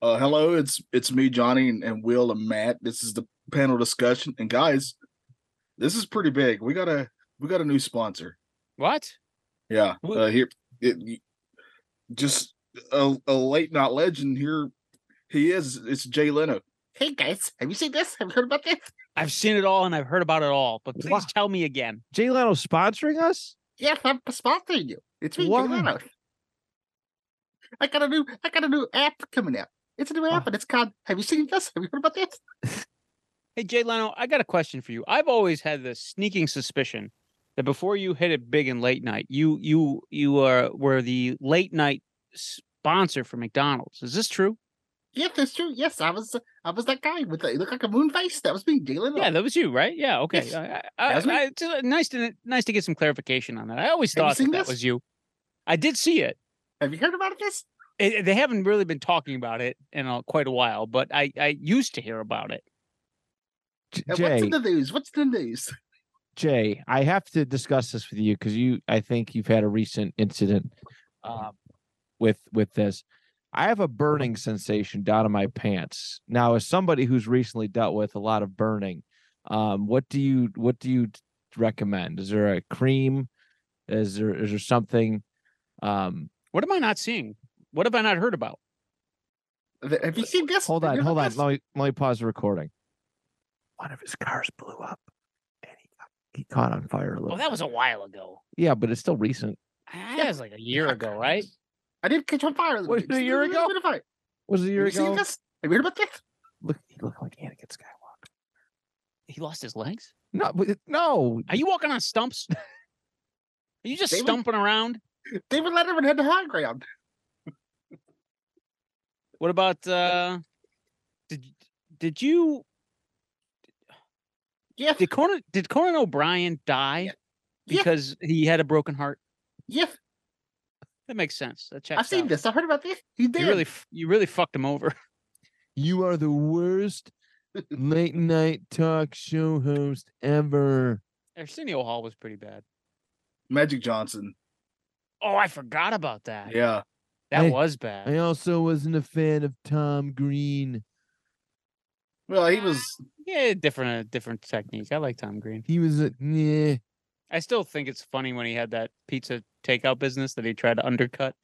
Uh, hello, it's it's me, Johnny, and, and Will and Matt. This is the panel discussion, and guys, this is pretty big. We got a we got a new sponsor. What? Yeah, Wh- uh, here, it, y- just a, a late night legend. Here he is. It's Jay Leno. Hey guys, have you seen this? Have you heard about this? I've seen it all and I've heard about it all, but please Wha- tell me again. Jay Leno sponsoring us? Yes, I'm sponsoring you. It's me, Jay Wow. Leno. I got a new I got a new app coming out. It's a new app, and it's called. Have you seen this? Have you heard about this? Hey, Jay Leno, I got a question for you. I've always had the sneaking suspicion that before you hit it big in late night, you you you are were the late night sponsor for McDonald's. Is this true? Yeah, that's true. Yes, I was I was that guy with the look like a moon face. That was me, Jalen. Yeah, that was you, right? Yeah, okay. Yes. I, I, That's me. I- it's, uh, nice to nice to get some clarification on that. I always Have you thought seen that, that this? was you. I did see it. Have you heard about this? It- They haven't really been talking about it in uh, quite a while, but I I used to hear about it. J- And what's Jay, in the news? What's in the news? Jay, I have to discuss this with you because you, I think you've had a recent incident um, with with this. I have a burning sensation down in my pants. Now, as somebody who's recently dealt with a lot of burning, um, what do you what do you d- recommend? Is there a cream? Is there is there something? Um, What am I not seeing? What have I not heard about? Th- Have you seen this? hold Have on, you heard hold about on. this? Let me let me pause the recording. One of his cars blew up, and he got, he caught on fire a little. Well, Oh, that was a while ago. Yeah, but it's still recent. I- That was like a year ago, right? I did catch on fire. a little Was bit. it a Just year little ago? bit of fire. Was it a Have year you seen ago? this? Have you heard about this? Look, he looked like Anakin Skywalker. He lost his legs. No, but it- no. Are you walking on stumps? Are you just They were- stumping around? David Letterman had the high ground. What about uh did did you Yeah, did Conan did Conan O'Brien die Yeah. because he had a broken heart? yeah. That makes sense. That checks I've seen out. this. I heard about this. He did. You really f- you really fucked him over. You are the worst late night talk show host ever. Arsenio Hall was pretty bad. Magic Johnson. Oh, I forgot about that. Yeah. That I- was bad. I also wasn't a fan of Tom Green. Well, he was. yeah, different uh, different technique. I like Tom Green. He was a yeah. I still think it's funny when he had that pizza takeout business that he tried to undercut.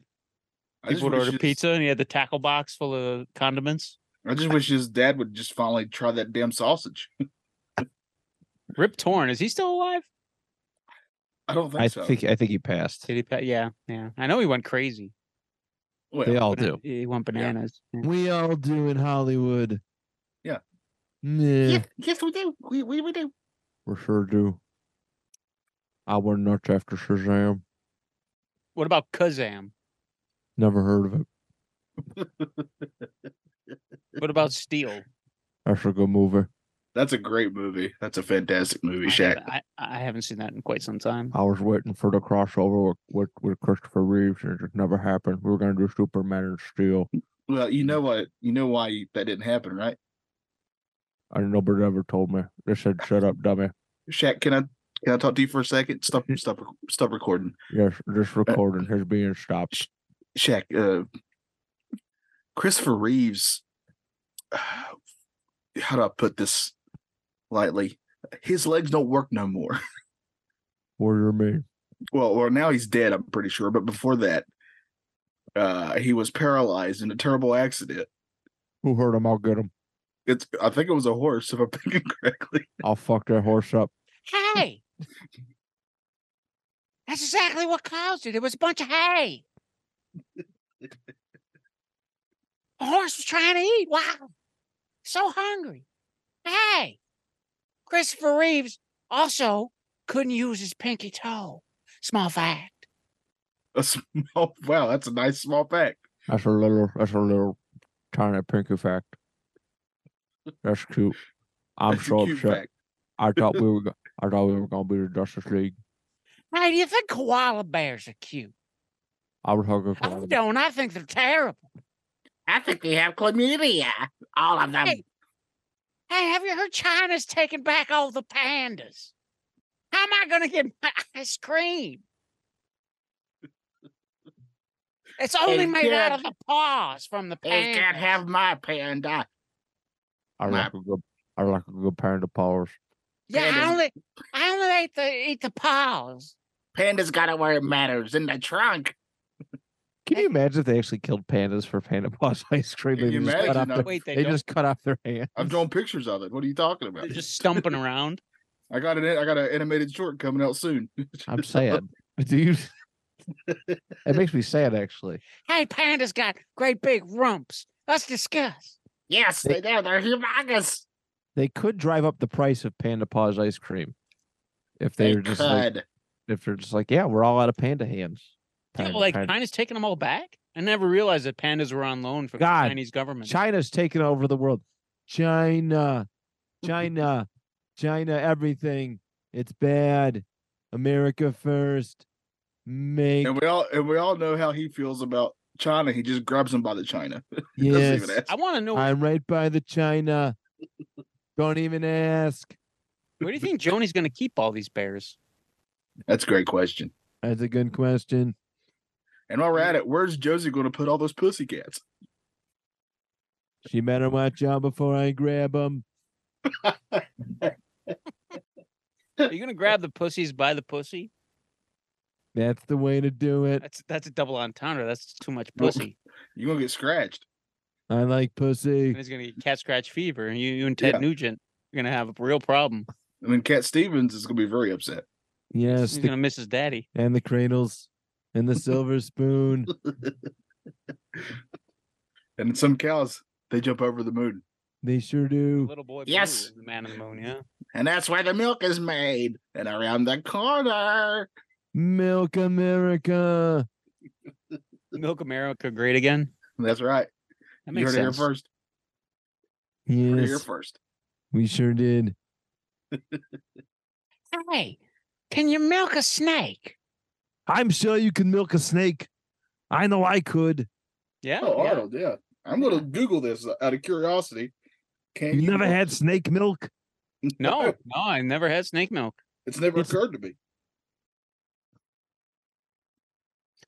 I just People would wish order his- pizza and he had the tackle box full of condiments. I just wish his dad would just finally try that damn sausage. Rip Torn, is he still alive? I don't think I so. think I think he passed. Did he pa- yeah, yeah. I know he went crazy. Well, They all Bana- do. He went bananas. Yeah. We all do in Hollywood. Yeah. Yeah. yeah, yes, we do. We, we, we do. We sure do. I went nuts after Shazam. What about Kazam? Never heard of it. What about Steel? That's a good movie. That's a great movie. That's a fantastic movie, I Shaq. haven't, I, I haven't seen that in quite some time. I was waiting for the crossover with, with, with Christopher Reeves, and it just never happened. We were gonna do Superman and Steel. Well, you know what? You know why that didn't happen, right? And nobody ever told me. They said, "Shut up, dummy." Shaq, can I can I talk to you for a second? Stop stop rec- stop recording. Yes, this Uh, recording has been stopped. Shaq, uh Christopher Reeves how do I put this lightly? His legs don't work no more. What do you mean? Well, or now he's dead, I'm pretty sure, but before that, uh he was paralyzed in a terrible accident. Who hurt him? I'll get him. It's I think it was a horse, if I'm thinking correctly. I'll fuck that horse up. Hey! That's exactly what caused it. It was a bunch of hay. A horse was trying to eat. Wow. So hungry. Hey, Christopher Reeves also couldn't use his pinky toe. Small fact. A small, wow, that's a nice small fact. That's a little. That's a little tiny pinky fact. That's cute. I'm That's a so cute upset. fact. I thought we were. go- I thought we were gonna be the Justice League. Hey, do you think koala bears are cute? I was hugging. I Koala. don't. I think they're terrible. I think they have chlamydia. All of them. Hey. Hey, have you heard China's taking back all the pandas? How am I going to get my ice cream? It's only you made out can't- of the paws from the They pandas. can't have my panda. I like a good. I like a good parent of powers. yeah, pandas. I only, I only ate the eat the paws. Panda's got it where it matters in the trunk. Can you imagine if they actually killed pandas for panda paws ice cream? Can They you just cut imagine? off No. their, uh, Wait, they, they don't, just cut off their hand. I've drawn pictures of it. What are you talking about? they're just stumping around. I got an I got an animated short coming out soon. I'm sad. Do you? it makes me sad actually. Hey, pandas got great big rumps. Let's discuss. Yes, They- they do. They're humongous. They could drive up the price of panda paws ice cream if they, They were just like, could. if they're just like, yeah, we're all out of panda hands. Yeah, Panda- well, like panda- China's taking them all back. I never realized that pandas were on loan from God, the Chinese government. China's taking over the world. China, China, China, everything. It's bad. America first. Make and we all and we all know how he feels about China. He just grabs him by the China. He doesn't yes. even ask. I want to know I'm right by the China. Don't even ask. where do you think Joni's going to keep all these bears? That's a great question. That's a good question. And while we're at it, where's Josie going to put all those pussy cats? She better watch out before I grab them. Are you going to grab the pussies by the pussy? That's the way to do it. That's that's a double entendre. That's too much Nope. pussy. You're gonna get scratched. I like pussy. And he's going to get cat scratch fever. And you, you and Ted Yeah. Nugent are going to have a real problem. And then Cat Stevens is gonna be very upset. Yes, he's the- going to miss his daddy. and the cradles, and the silver spoon. And some cows, they jump over the moon. They sure do. Little boy, Yes. Blue, the man on the moon. Yeah, And that's where the milk is made. And around the corner. Milk America. Milk America great again. That's right. You That makes heard it here sense. first. You heard it here Yes, first. we sure did. Hey, can you milk a snake? I'm sure you can milk a snake. I know I could. Yeah, Oh, yeah. Arnold, yeah. I'm gonna Google this out of curiosity. Can You never had snake milk? No, no, I never had snake milk. it's never It's- occurred to me.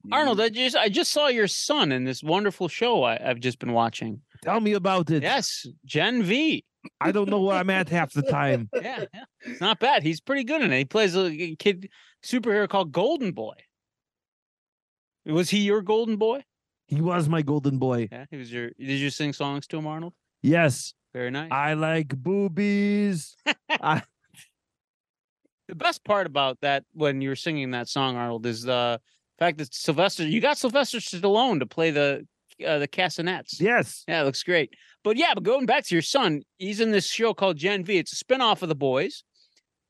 Mm. Arnold, I just I just saw your son in this wonderful show I, I've just been watching. Tell me about it. Yes, Gen V. I don't know where I'm at half the time. Yeah, yeah. it's not bad. He's pretty good in it. He plays a g- kid superhero called Golden Boy. Was he your Golden Boy? He was my golden boy. Yeah, he was your. Did you sing songs to him, Arnold? Yes, Very nice. I like boobies. the best part about that when you were singing that song, Arnold, is the fact that Sylvester. You got Sylvester Stallone to play the uh, the castanets. Yes. Yeah, it looks great. But yeah, but going back to your son, he's in this show called Gen V. It's a spinoff of The Boys.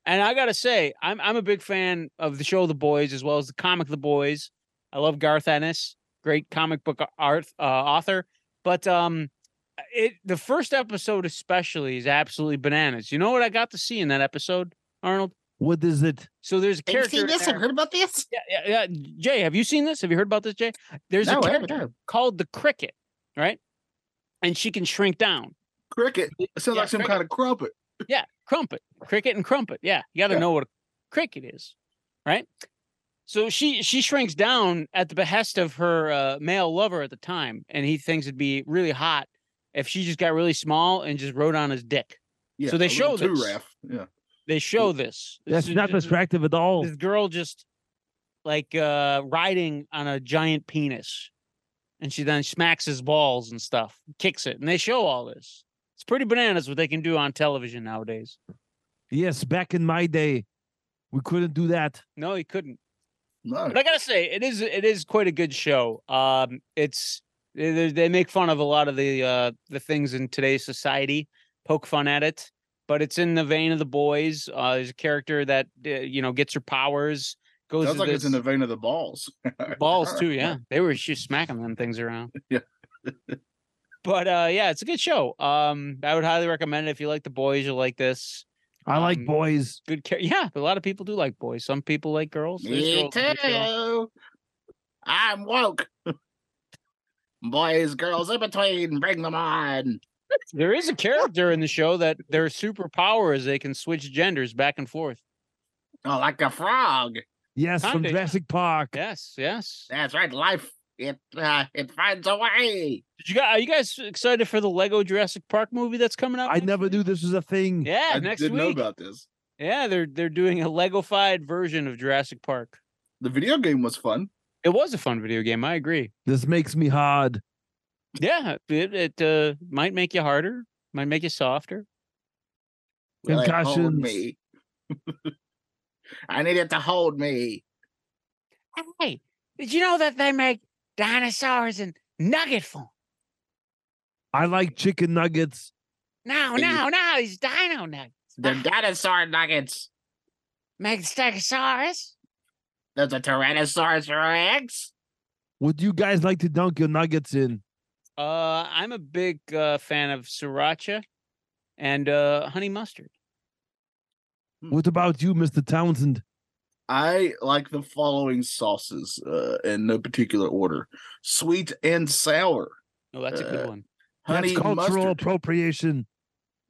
And I gotta say, I'm I'm a big fan of the show The Boys as well as the comic The Boys. I love Garth Ennis, great comic book art uh, author. But um, it the first episode especially is absolutely bananas. You know what I got to see in that episode, Arnold? What is it? So there's a Have you character. seen in this? there- I've heard about this. yeah, yeah, yeah. Jay, have you seen this? Have you heard about this, Jay? There's No, a I character haven't, no. called the cricket, right? And she can shrink down. cricket. It sounds Yeah, like some cricket. kind of crumpet. Yeah, crumpet, cricket, and crumpet. Yeah, you got to Yeah. know what a cricket is, right? So she she shrinks down at the behest of her uh, male lover at the time, and he thinks it'd be really hot if she just got really small and just rode on his dick. Yeah, So they a little show this. two-raff, Yeah. They show this. Mm, That's This- not this- distractive at all. This girl just like uh riding on a giant penis, and she then smacks his balls and stuff, kicks it, and they show all this. It's pretty bananas what they can do on television nowadays. Yes, back in my day, we couldn't do that. No, he couldn't. No. But I gotta say, it is it is quite a good show. Um, it's They, they- they make fun of a lot of the uh, the things in today's society, poke fun at it, but it's in the vein of the boys. Uh, there's a character that uh, you know gets her powers, goes Sounds to like it's in the this- vein of the balls. balls too. Yeah, they were just smacking them things around. Yeah. but uh, yeah, it's a good show. Um, I would highly recommend it if you like the boys. You'll like this. I like Um, boys. Good care. Yeah, a lot of people do like boys. Some people like girls. There's Me girls that like girls. too. I'm woke. Boys, girls, in between, bring them on. There is a character in the show that their superpower is they can switch genders back and forth. Oh, like a frog. Yes, from kinda, yeah. Jurassic Park. Yes, yes. That's right. Life it uh, it finds a way. Did you guys are you guys excited for the Lego Jurassic Park movie that's coming out? I next never week? knew this was a thing. Yeah, I next didn't know week. about this. Yeah, they're they're doing a Lego-fied version of Jurassic Park. The video game was fun. It was a fun video game. I agree. This makes me hard. Yeah, it, it uh, might make you harder, might make you softer. Will it hold Concussions. me? I need it to hold me. Hey, did you know that they make dinosaurs in nugget form? I like chicken nuggets. No, Hey. no, no, these dino nuggets. The dinosaur nuggets. Make stegosaurus. There's a Tyrannosaurus Rex. Would you guys like to dunk your nuggets in? Uh, I'm a big uh, fan of sriracha and uh, honey mustard. What about you, Mr. Townsend? I like the following sauces uh, in no particular order: sweet and sour, Oh, that's a good Uh, one. honey That's cultural mustard. appropriation.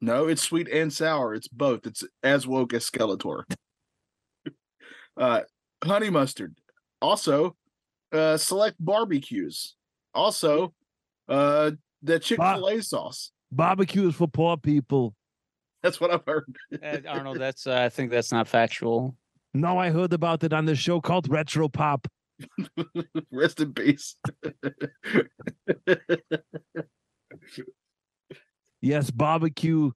no, it's sweet and sour. It's both. It's as woke as Skeletor. uh, honey mustard. Also, uh, select barbecues. Also, uh, the Chick Fil A sauce. Barbecue is for poor people. That's what I've heard. Uh, Arnold, that's uh, I think that's not factual. No, I heard about it on the show called Retro Pop. Rest in peace. Yes, barbecue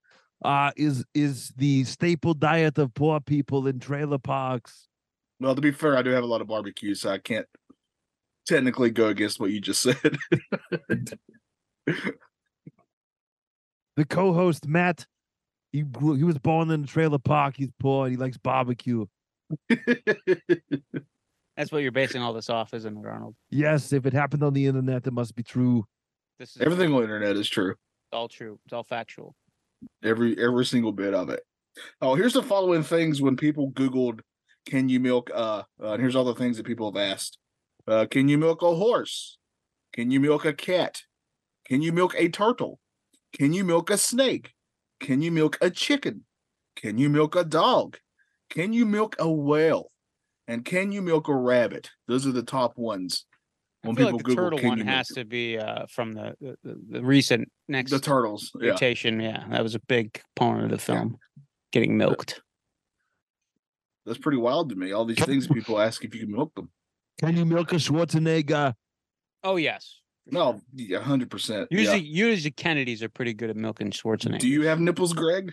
uh, is is the staple diet of poor people in trailer parks. Well, to be fair, I do have a lot of barbecues, so I can't technically go against what you just said. The co-host Matt, he grew, he was born in a trailer park. He's poor. He likes barbecue. That's what you're basing all this off, isn't it, Arnold? Yes, if it happened on the internet, it must be true. This is Everything on the internet is true. all true. It's all factual. Every every single bit of it. Oh, here's the following things when people Googled can you milk uh, uh and here's all the things that people have asked. Uh can you milk a horse? Can you milk a cat? Can you milk a turtle? Can you milk a snake? Can you milk a chicken? Can you milk a dog? Can you milk a whale? And can you milk a rabbit? Those are the top ones. I When feel people like the Google turtle can one you milk has to be uh, from the, the, the- the recent next the turtles. Yeah. mutation. Yeah. that was a big component of the film. Getting milked. That's pretty wild to me. All these things that people ask if you can milk them. Can you milk a Schwarzenegger? Oh yes. for sure. No, yeah, hundred percent. yeah. Usually, usually Kennedys are pretty good at milking Schwarzenegger. Do you have nipples, Greg?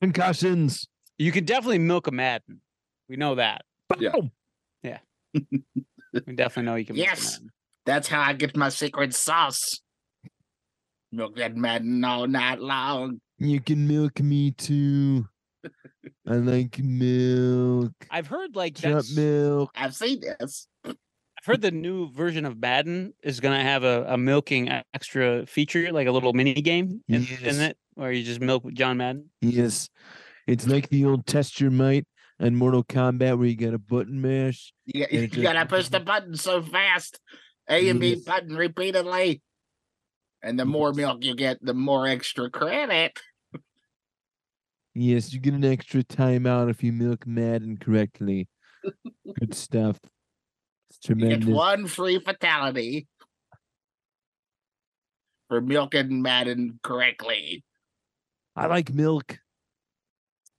Concussions. You could definitely milk a Madden. We know that. Yeah. Boom. We definitely know you can. milk a Yes. Madden. That's how I get my secret sauce. Milk that man all night long. You can milk me too. I like milk. I've heard like Chop that's, milk. I've seen this. I've heard the new version of Madden is gonna have a, a milking e- extra feature, like a little mini game in, Yes. in it, where you just milk John Madden. Yes. It's like the old test your might and Mortal Kombat where you got a button mash. You, Yeah, you just- gotta push the button so fast. A and B Yes. button repeatedly. And the more milk you get, the more extra credit. Yes, you get an extra timeout if you milk Madden correctly. Good stuff. It's You get tremendous. one free fatality for milking Madden correctly. I like milk.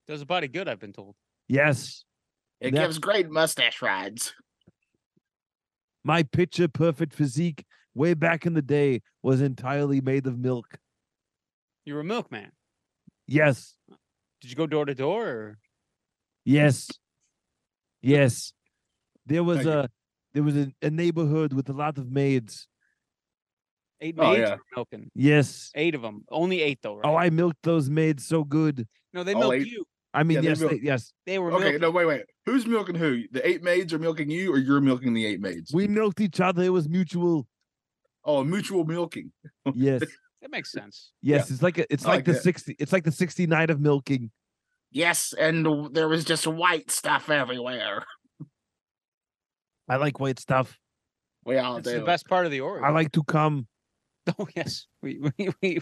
Does the body good? I've been told. Yes. It That- gives great mustache rides. My picture perfect physique way back in the day was entirely made of milk. You were a milkman. Yes. Did you go door to door? or- Yes. Yes. There was Thank you. a there was a, a neighborhood with a lot of maids. Eight Oh, maids yeah. were milking. Yes. Eight of them. Only eight though. Right? Oh, I milked those maids so good. no, they Oh, milked eight. you. I mean, Yeah, they yes, milk- they- yes. They were Okay, milking. no, wait, wait. Who's milking who? The eight maids are milking you, or you're milking the eight maids? We milked each other. It was mutual. Oh, mutual milking. Yes. That makes sense. Yes. It's like a, it's I like like the that. sixty. It's like the sixty nine of milking. Yes, and w- there was just white stuff everywhere. I like white stuff. We Oh, all That's do. the best part of the Oreo. I like to come. Oh yes, we we we,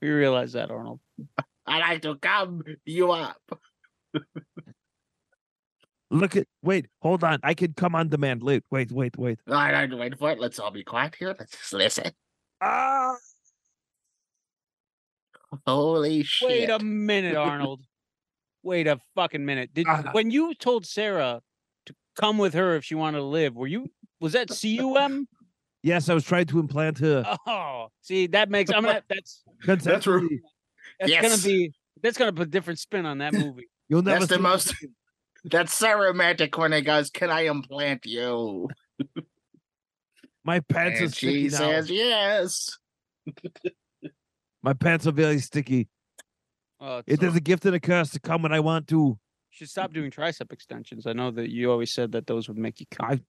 we realize that Arnold. I like to gum you up. Look at. Wait. Hold on. I can come on demand. Wait. Wait. Wait. Wait. I don't wait for it. Let's all be quiet here. Let's just listen. Ah. Holy shit. Wait a minute, Arnold. Wait a fucking minute. Did Ah. when you told Sarah to come with her if she wanted to live, were you was that cum? Yes. I was trying to implant her. Oh, see that makes I'm gonna that's That's where consensually. that's Yes. gonna be that's gonna put a different spin on that movie. You'll never. That's the see- most. That's so romantic when he goes, Can I implant you? My pants are And she sticky now. says, Yes. My pants are very sticky. Oh, It is a gift and a curse to come when I want to. should stop doing tricep extensions. I know that you always said that those would make you cum.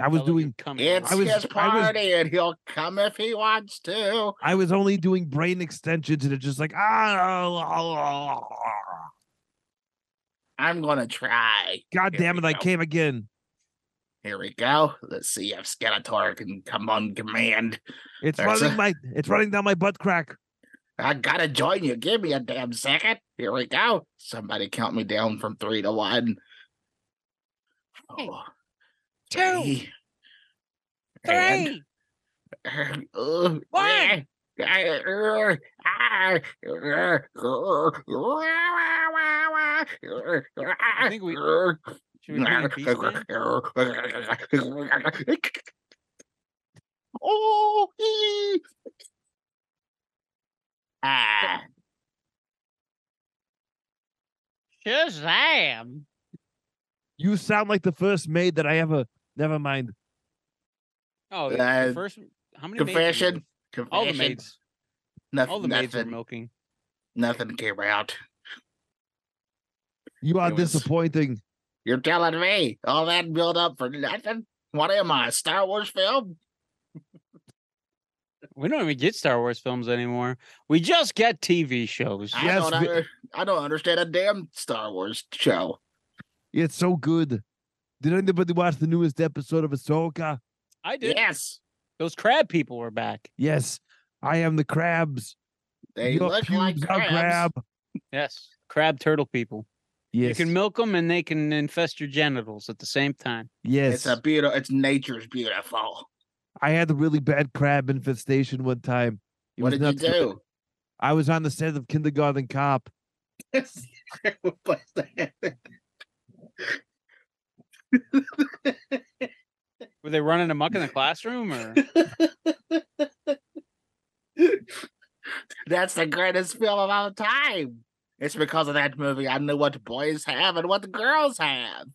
I was They'll let you doing. cum. if It's you I was- want. his I was- party and he'll come if he wants to. I was only doing brain extensions, and it's just like ah. I'm going to try. God Here damn we it! I go. came again. Here we go. Let's see if Skeletor can come on command. It's That's running a- my it's running down my butt crack. I gotta join you. Give me a damn second. Here we go. Somebody count me down from three to one. Oh, Two, three, and- three. One. One. I think we- Should we bring in Beast Man? Oh, ee. ah, Shazam. You sound like the first maid that I ever. Never mind. Oh, Uh, the first how many maids were confession. there? All the confession. maids. Noth- All the maids were nothing, milking. nothing came out. You are It was- disappointing. You're telling me all that build up for nothing? What am I, a Star Wars film? We don't even get Star Wars films anymore. We just get TV shows. I Yes, don't, vi- under- I don't understand a damn Star Wars show. It's so good. Did anybody watch the newest episode of Ahsoka? I did. Yes, Those crab people were back. Yes, I am the crabs. they Your look like pubes are crabs. crab. Yes. Crab turtle people. Yes, You can milk them and they can infest your genitals at the same time. yes. It's a beautiful. It's nature's beautiful. I had a really bad crab infestation one time. It what was did you nuts, but do? I was on the set of Kindergarten Cop. What the heck? Were they running amok in the classroom or That's the greatest film of all time. It's because of that movie I knew what boys have and what girls have.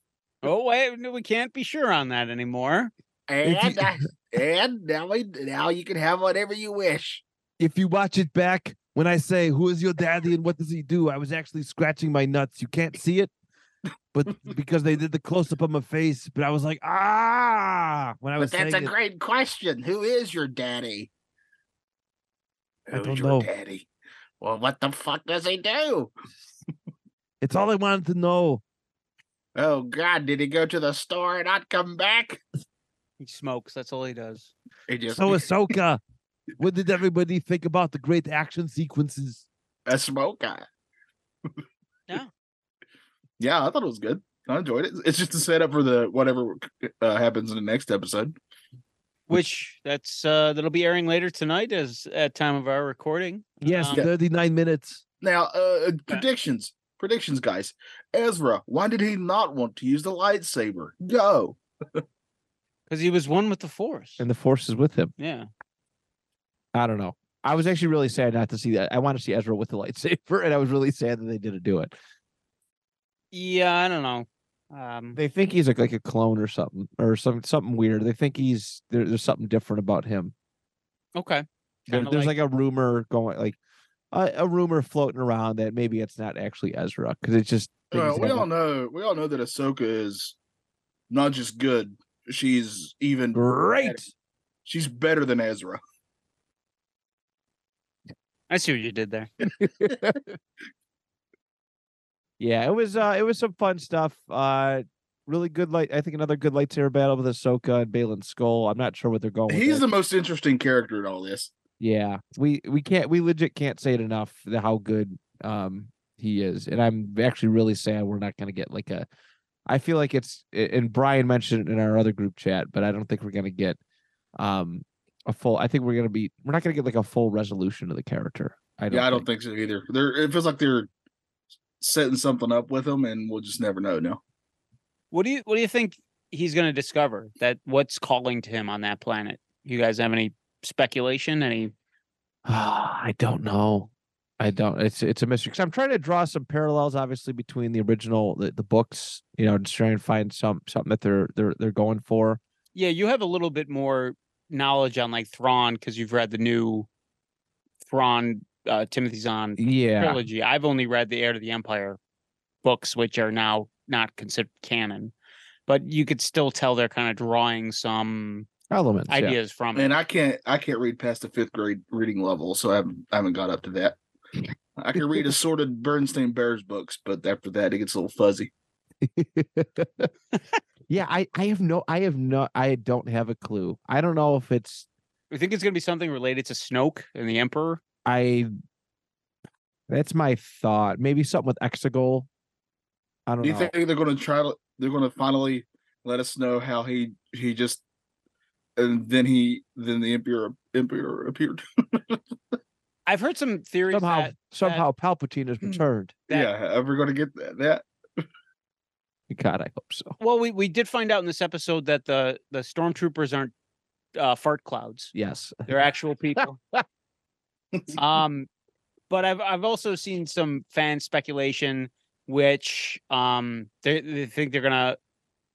oh wait, no, we can't be sure on that anymore. If And I- and now we now you can have whatever you wish. If you watch it back, when I say "Who is your daddy and what does he do," I was actually scratching my nuts. You can't see it, but because they did the close up on my face, but I was like, ah, when I But was that's saying a it. great question. Who is your daddy? I Who's don't your know. daddy? Well, what the fuck does he do? It's all I wanted to know. Oh God, did he go to the store and not come back? He smokes, that's all he does. He just So Ahsoka, what did everybody think about the great action sequences? a smoker. Yeah. Yeah, I thought it was good. I enjoyed it. It's just the setup for the whatever uh, happens in the next episode. Which that's uh that'll be airing later tonight as at time of our recording. Yes, Um, thirty nine minutes. Now, uh, predictions, predictions, guys. Ezra, why did he not want to use the lightsaber? Go. Because he was one with the force. the force is with him. Yeah. I don't know. I was actually really sad not to see that. I want to see Ezra with the lightsaber, and I was really sad that they didn't do it. Yeah, I don't know. Um, They think he's like, like a clone or something, or some something weird. They think he's there, there's something different about him. okay. There- Kinda there's like- like, a rumor going, like a, a rumor floating around that maybe it's not actually Ezra because it's just they Well, just we have all a know we all know that Ahsoka is not just good; she's even great. She's better than Ezra. I see what you did there. Yeah, it was uh it was some fun stuff. Uh really good light I think another good lightsaber battle with Ahsoka and Balin Skull. I'm not sure what they're going with. He's it. the most interesting character in all this. yeah. We we can't we legit can't say it enough the- how good um he is. And I'm actually really sad we're not gonna get like a I feel like it's a- and Brian mentioned it in our other group chat, but I don't think we're gonna get um a full I think we're gonna be we're not gonna get like a full resolution of the character. I don't yeah, I don't think so either. They're it feels like they're setting something up with him, and we'll just never know. No, What do you What do you think he's going to discover? That what's calling to him on that planet? You guys have any speculation? Any? I don't know. I don't. It's it's a mystery. Cause I'm trying to draw some parallels, obviously, between the original the, the books. You know, just trying to find some something that they're they're they're going for. Yeah, you have a little bit more knowledge on like Thrawn because you've read the new Thrawn uh, Timothy Zahn Yeah, trilogy. I've only read the Heir to the Empire books, which are now not considered canon, but you could still tell they're kind of drawing some elements. yeah. ideas from it. and I can't I can't read past the fifth grade reading level, so I haven't, I haven't got up to that. I can read assorted Bernstein Bears books, but after that, it gets a little fuzzy. yeah, I I have no I have no I don't have a clue. I don't know if it's I think it's going to be something related to Snoke and the Emperor. I. That's my thought. Maybe something with Exegol. I don't Do you know. think they're going to try to? They're going to finally let us know how he he just and then he then the emperor emperor appeared. I've heard some theories somehow that, somehow Palpatine has returned. that- yeah, ever going to get that? that? God, I hope so. well, we, we did find out in this episode that the the stormtroopers aren't uh, fart clouds; Yes. they're actual people. um, but I've I've also seen some fan speculation, which um they they think they're gonna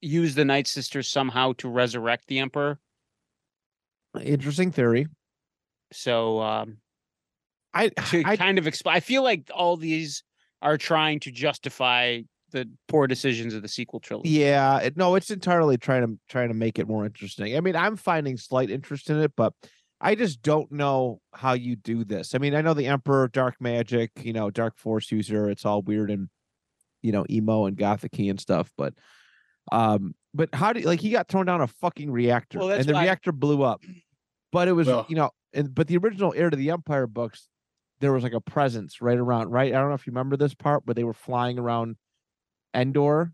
use the Night Sisters somehow to resurrect the Emperor. Interesting theory. So um, I to I kind of explain. I feel like all these are trying to justify the poor decisions of the sequel trilogy. Yeah, it, no, it's entirely trying to trying to make it more interesting. I mean, I'm finding slight interest in it, but I just don't know how you do this. I mean, I know the Emperor, dark magic, you know, dark force user. It's all weird and you know, emo and gothicy and stuff. But, um, but how do like he got thrown down a fucking reactor, Well, that's and the why- reactor blew up. But it was Well- you know, and but the original heir to the Empire books, there was like a presence right around right. I don't know if you remember this part, but they were flying around Endor,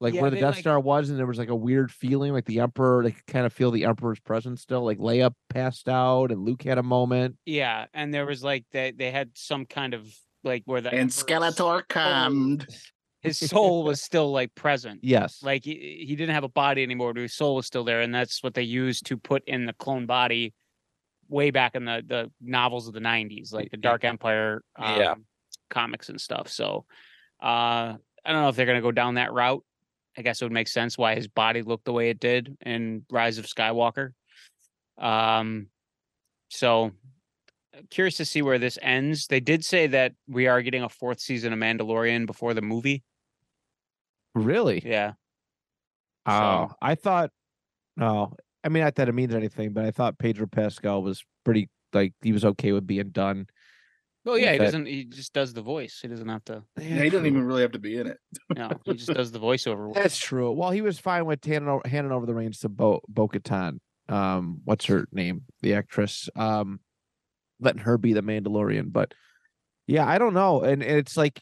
like Yeah, where the they, Death like- Star was, and there was like a weird feeling, like the Emperor, like kind of feel the Emperor's presence still. Like Leia passed out, and Luke had a moment. Yeah, and there was like they they had some kind of like where the And Emperor's- Skeletor calmed. his soul was still like present. Yes, Like he, he didn't have a body anymore, but his soul was still there, and that's what they used to put in the clone body way back in the the novels of the 90s, like the Dark Empire um, Yeah. comics and stuff. So uh I don't know if they're going to go down that route. I guess it would make sense why his body looked the way it did in Rise of Skywalker. Um, so uh, curious to see where this ends. They did say that we are getting a fourth season of Mandalorian before the movie. really. Yeah. so- Oh, I thought. No, I mean not that it means anything, but I thought Pedro Pascal was pretty like he was okay with being done. Well, yeah, he But- doesn't. He just does the voice. He doesn't have to. Yeah, he doesn't even really have to be in it. No, he just does the voiceover. work. That's true. Well, he was fine with handing over, handing over the reins to Bo Bo Katan. Um, what's her name? The actress. Um, letting her be the Mandalorian. But yeah, I don't know. And, and it's like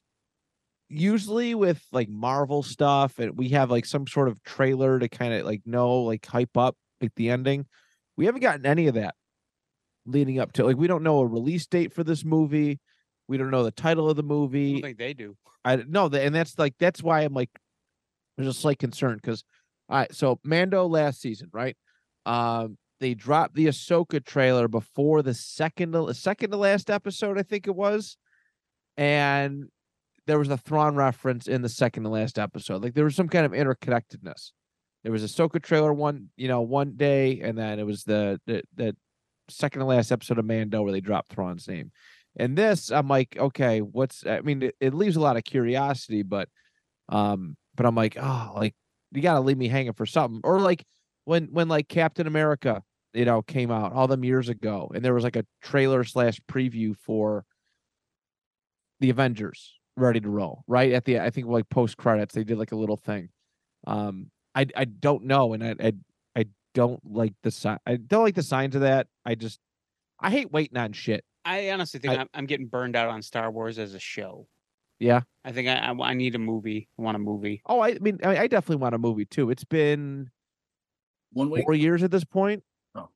usually with like Marvel stuff, and we have like some sort of trailer to kind of like know, like hype up like the ending. We haven't gotten any of that leading up to like we don't know a release date for this movie. We don't know the title of the I movie. don't think they do. I no, th- and that's like that's why I'm like there's a slight concern because all right, so Mando last season, right? Um, they dropped the Ahsoka trailer before the second to, second to last episode, I think it was, and there was a Thrawn reference in the second to last episode. Like there was some kind of interconnectedness. There was a Soka trailer one, you know, one day, and then it was the the, the second to last episode of Mando where they dropped Thrawn's name. And this, I'm like, okay, what's? I mean, it, it leaves a lot of curiosity, but, um, but I'm like, oh, like you gotta leave me hanging for something, or like when when like Captain America, you know, came out all them years ago, and there was like a trailer slash preview for the Avengers ready to roll, right? At the I think like post credits, they did like a little thing. Um, I I don't know, and I I, I don't like the sign. I don't like the signs of that. I just I hate waiting on shit. I honestly think I- I, am I'm getting burned out on Star Wars as a show. Yeah. I think I, I, I need a movie. I want a movie. Oh, I mean, I, I definitely want a movie too. It's been One week. four years at this point. Oh.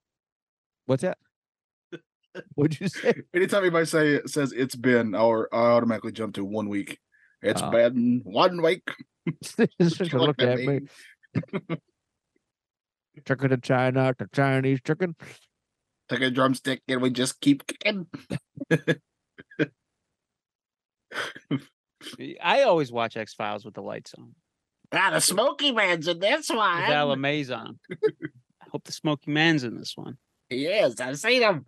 What's that? What'd you say? Anytime anybody say says it's been, or I automatically jump to one week. It's Oh. been one week. It's just Look look at at me. Chicken in China, the Chinese chicken. Take a drumstick and we just keep kicking. I always watch X Files with the lights on. Ah, the Smoky Man's in this one. With Ella May's on. I hope the Smoky Man's in this one. He is. I've seen him.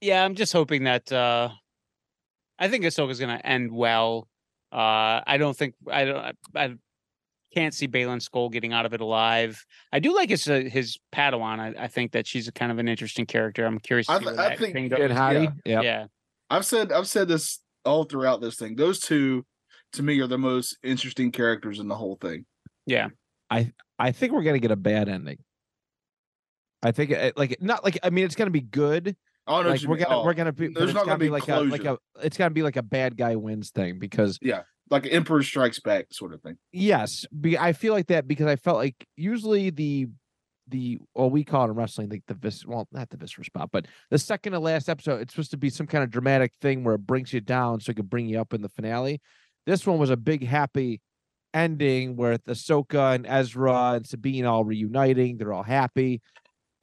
Yeah, I'm just hoping that uh I think Ahsoka's gonna end well. Uh I don't think I don't I, I can't see Balin Skull getting out of it alive. I do like his uh, his Padawan. I, I think that she's a kind of an interesting character. I'm curious. To I see th- where I that think thing goes. Good hottie. Yeah. Yeah, I've said I've said this all throughout this thing. Those two, to me, are the most interesting characters in the whole thing. I think we're gonna get a bad ending. I think it- like not like I mean it's gonna be good. I don't know. what Like you we're mean. gonna Oh, we're gonna be. but there's it's not gonna be like a like closure. a it's gonna be like a bad guy wins thing because like Emperor Strikes Back sort of thing. yes, be, I feel like that because I felt like usually the the well we call it in wrestling like the vis well not the visceral spot but the second to last episode it's supposed to be some kind of dramatic thing where it brings you down so it could bring you up in the finale. This one was a big happy ending with Ahsoka and Ezra and Sabine all reuniting. They're all happy.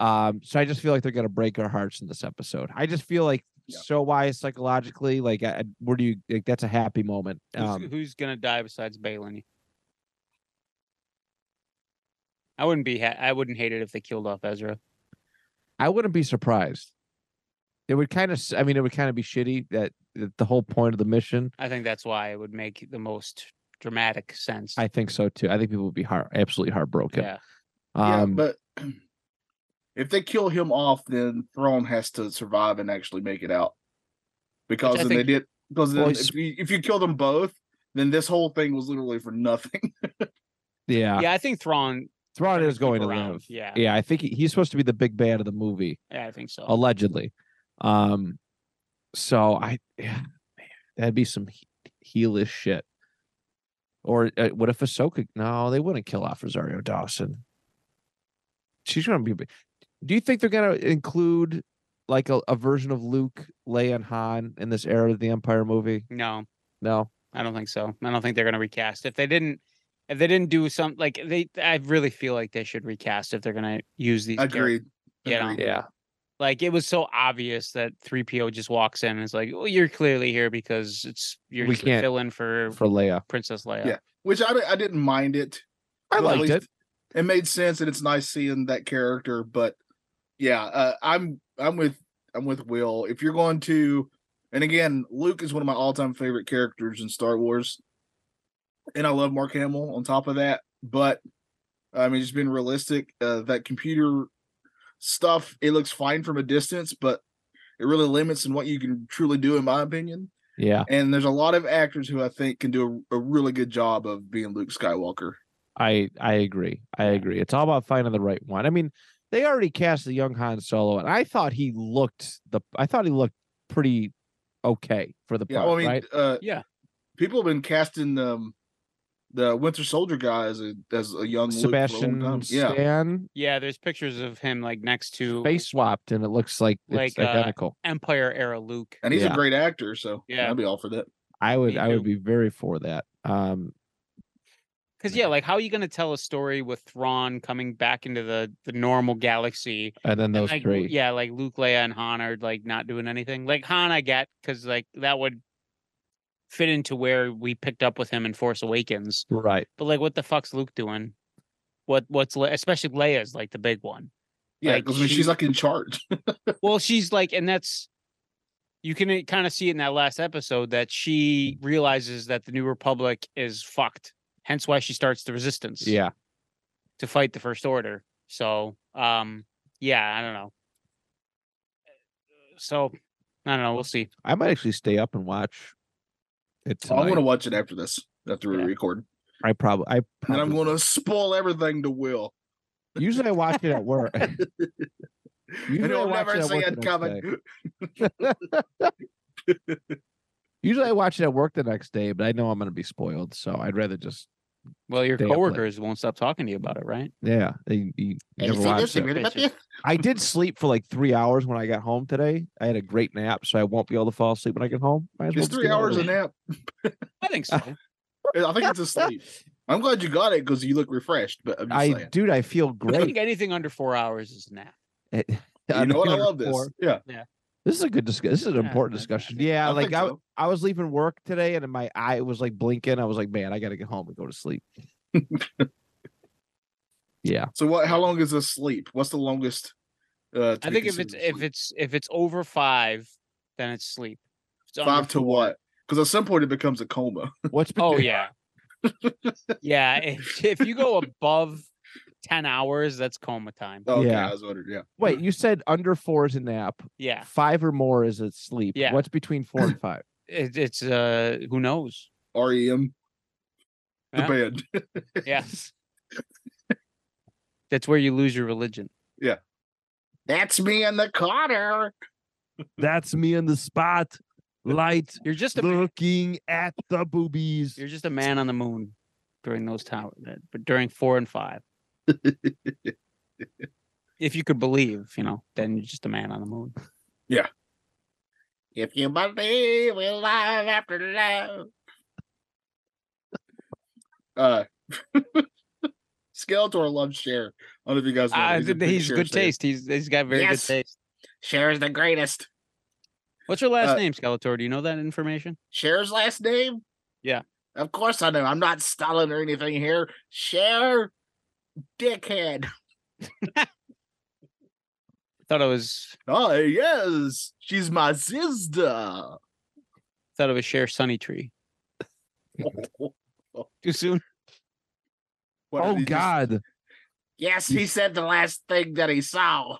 Um, so I just feel like they're gonna break our hearts in this episode. I just feel like Yeah. so wise psychologically, like I, I- where do you like that's a happy moment. who's, Um, who's gonna die besides Balin? I wouldn't be. Ha- I wouldn't hate it if they killed off Ezra. I wouldn't be surprised. It would kind of, I mean, it would kind of be shitty that, that the whole point of the mission. I think that's why it would make the most dramatic sense. I think so too. I think people would be heart, absolutely heartbroken. yeah, yeah, Um, but if they kill him off, then Thrawn has to survive and actually make it out. Because I then they think- did. Because then Well, he's- if, you, if you kill them both, then this whole thing was literally for nothing. yeah. yeah. I think Thrawn. Thrawn gonna is keep going to around. live. Yeah. Yeah. I think he, he's supposed to be the big bad of the movie. Yeah, I think so. allegedly. Um, so I, yeah, man, that'd be some he- heelish shit. Or uh, what if Ahsoka? No, they wouldn't kill off Rosario Dawson. She's gonna be. big. Do you think they're gonna include like a, a version of Luke, Leia, and Han in this era of the Empire movie? no, No. I don't think so. I don't think they're going to recast. If they didn't, if they didn't do some like they, I really feel like they should recast if they're going to use these. characters. Agreed. Yeah. Agreed. Yeah. Like it was so obvious that three PO just walks in and is like, "Well, you're clearly here because it's you're We just a can't- fill-in for For Leia, Princess Leia." Yeah. Which I, di- I didn't mind it. I Well, at liked it. least It made sense, and it's nice seeing that character. But yeah, uh, I'm I'm with I'm with Will. If you're going to, and again, Luke is one of my all time favorite characters in Star Wars, and I love Mark Hamill. On top of that, but I mean, just being realistic, uh, that computer stuff it looks fine from a distance, but it really limits in what you can truly do, in my opinion. Yeah, And there's a lot of actors who I think can do a, a really good job of being Luke Skywalker. I I agree. I agree. It's all about finding the right one. I mean, they already cast the young Han Solo, and I thought he looked the. I thought he looked pretty okay for the Yeah, part, well, I mean, right? uh, Yeah. people have been casting um, the Winter Soldier guy as a as a young um, Luke for a long Sebastian time. Yeah, Stan Yeah, there's pictures of him like next to face swapped, and it looks like it's Like, uh, identical. Empire era Luke. and he's Yeah. a great actor, so Yeah. I'd be all for that. I would me I too. would be very for that. Um, Because yeah, like how are you going to tell a story with Thrawn coming back into the the normal galaxy? and then and, those like, three, yeah, like Luke, Leia, and Han are like not doing anything. Like Han, I get because like that would fit into where we picked up with him in Force Awakens. Right. But like, what the fuck's Luke doing? What what's Le- especially Leia's like the big one. Yeah, Like, because I mean, she- she's like in charge. Well, she's like, and that's you can kind of see it in that last episode that she realizes that the New Republic is fucked. Hence why she starts the resistance. Yeah. to fight the first order. So, um, yeah, I don't know. So, I don't know. We'll see. I might actually stay up and watch it I tonight. want to watch it after this, after we Yeah. record, I probably. I and probably I'm going to spoil everything to Will. usually I watch it at work. and Usually I he'll watch it never at see work the it next coming. day. Usually I watch it at work the next day, but I know I'm going to be spoiled, so I'd rather just Well, your Stay up late. coworkers won't stop talking to you about it, right? yeah. eh, You, you Hey, never see watch this? it. You read about Bitches. this? I did sleep for like three hours when I got home today. I had a great nap, so I won't be able to fall asleep when I get home. Might as well It's just three get it over hours a with. nap. I think Ah, so. I think it's a sleep. I'm glad you got it because you look refreshed. But I'm just I, saying, dude, I feel I great. think anything under four hours is a nap. you know what? I love Four. this. Yeah, This is a good discussion. This is an Yeah, important I- I discussion. think- Yeah, I like think I, so. I was leaving work today, and my eye was like blinking. I was like, man, I got to get home and go to sleep. yeah, So what? How long is this sleep? What's the longest? Uh, I think if it's if it's if it's over five, then it's sleep. If it's under five to four- what? Because at some point it becomes a coma. what's been Oh yeah, yeah. If, if you go above ten hours, that's coma time. Oh, okay, Yeah. I was wondering. Yeah, Wait, you said under four is a nap, Yeah, five or more is a sleep. Yeah. What's between four and five? it, it's uh, who knows? REM. E The Yeah. bed. Yeah, that's where you lose your religion. That's me in the corner. That's me on the spot, light You're just a looking at the boobies. You're just a man on the moon during those towers, but during four and five. if you could believe, you know, then you're just a man on the moon. If you believe in love after love, Uh, Skeletor loves share. I don't know if you guys. Know Ah, that. a th- big he's Cher good fan. taste. He's he's got very Yes. good taste. Cher's the greatest. What's your last Uh, name, Skeletor? Do you know that information? Cher's last name? Yeah. Of course I know. I'm not Stalin or anything here. Cher, dickhead. Thought it was Oh yes, she's my sister. thought it was Cher Sunny Tree. Too soon. What, oh did he just- God, Yes, he said the last thing that he saw.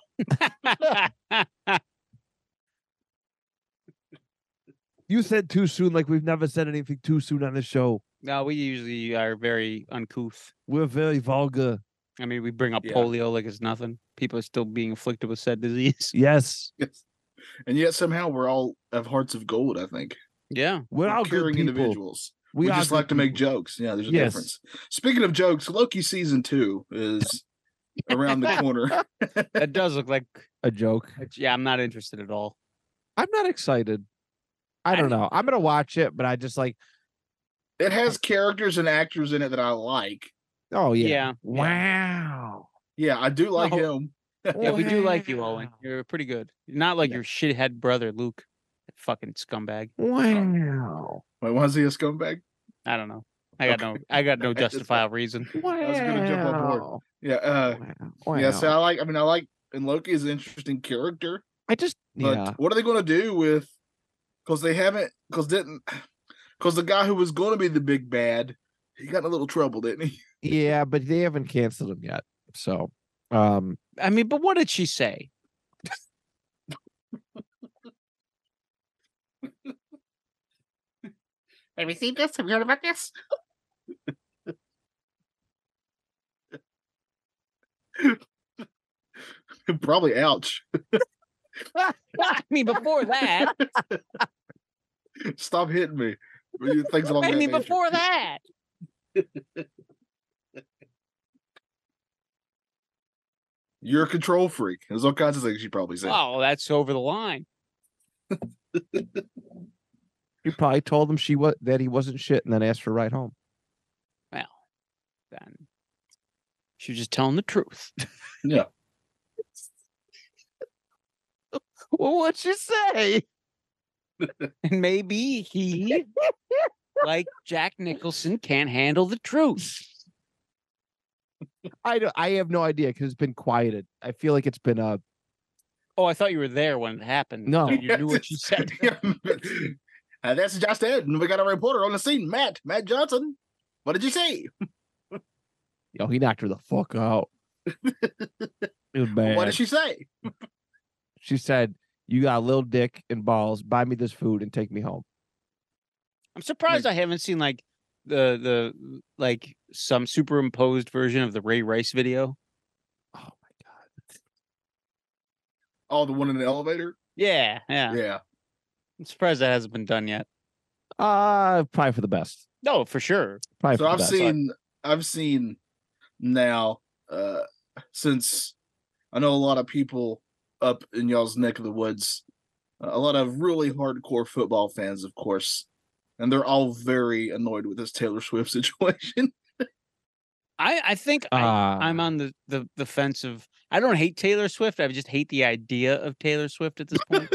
you said too soon. Like we've never said anything too soon on the show. no, we usually are very uncouth. We're very vulgar. I mean, we bring up Yeah. polio like it's nothing. People are still being afflicted with said disease. Yes, Yes. And yet somehow we're all have hearts of gold. I think Yeah. we're, We're all good caring people. individuals. We, We, are just good like to make people. jokes. Yeah, there's a Yes. difference. Speaking of jokes, Loki season two is around the corner. That does look like a joke. yeah, I'm not interested at all. I'm not excited. I I don't know. I'm gonna watch it, but I just like. It has characters and actors in it that I like. Oh yeah. Yeah, yeah. Wow. Yeah, I do like No. him. Yeah, we do like you, Owen. Wow. You're pretty good. You're not like Yeah. your shithead brother, Luke. That fucking scumbag. Wow. Wait, why is he a scumbag? I don't know. I got no. Okay. I got no I just- justifiable reason. Wow. was gonna jump on board. Yeah. Uh, Wow. Yeah. So I like. I mean, I like. And Loki is an interesting character. I just But yeah. what are they going to do with? Because they haven't. Because didn't. Because the guy who was going to be the big bad, he got in a little trouble, didn't he? Yeah, but they haven't canceled him yet. So, um, I mean, but what did she say? Have you seen this? Have you heard about this? Probably. Ouch. I mean, before that. Stop hitting me. Things along I that mean, nature. before that. You're a control freak. There's all kinds of things you probably said. Oh, that's over the line. he probably told him she was that he wasn't shit, and then asked her right home. Then she was just telling the truth. Yeah. Well, what'd you say? And maybe he, like Jack Nicholson, can't handle the truth. I don't, I have no idea because it's been quieted. I feel like it's been uh Oh, I thought you were there when it happened. No. so you knew what you said. Uh, that's just it. We got a reporter on the scene, Matt. Matt Johnson. What did you see? yo, he knocked her the fuck out. it was bad. What did she say? she said, "You got a little dick and balls. Buy me this food and take me home." I'm surprised I haven't seen like the the like some superimposed version of the Ray Rice video. Oh my god! Oh, the one in the elevator. Yeah, yeah. Yeah. I'm surprised that hasn't been done yet. Uh probably for the best. No, for sure. Probably. So for the I've best. seen, I've seen now uh since I know a lot of people up in y'all's neck of the woods, a lot of really hardcore football fans, of course, and they're all very annoyed with this Taylor Swift situation. I I think I, Uh, I'm on the, the the fence of I don't hate Taylor Swift. I just hate the idea of Taylor Swift at this point.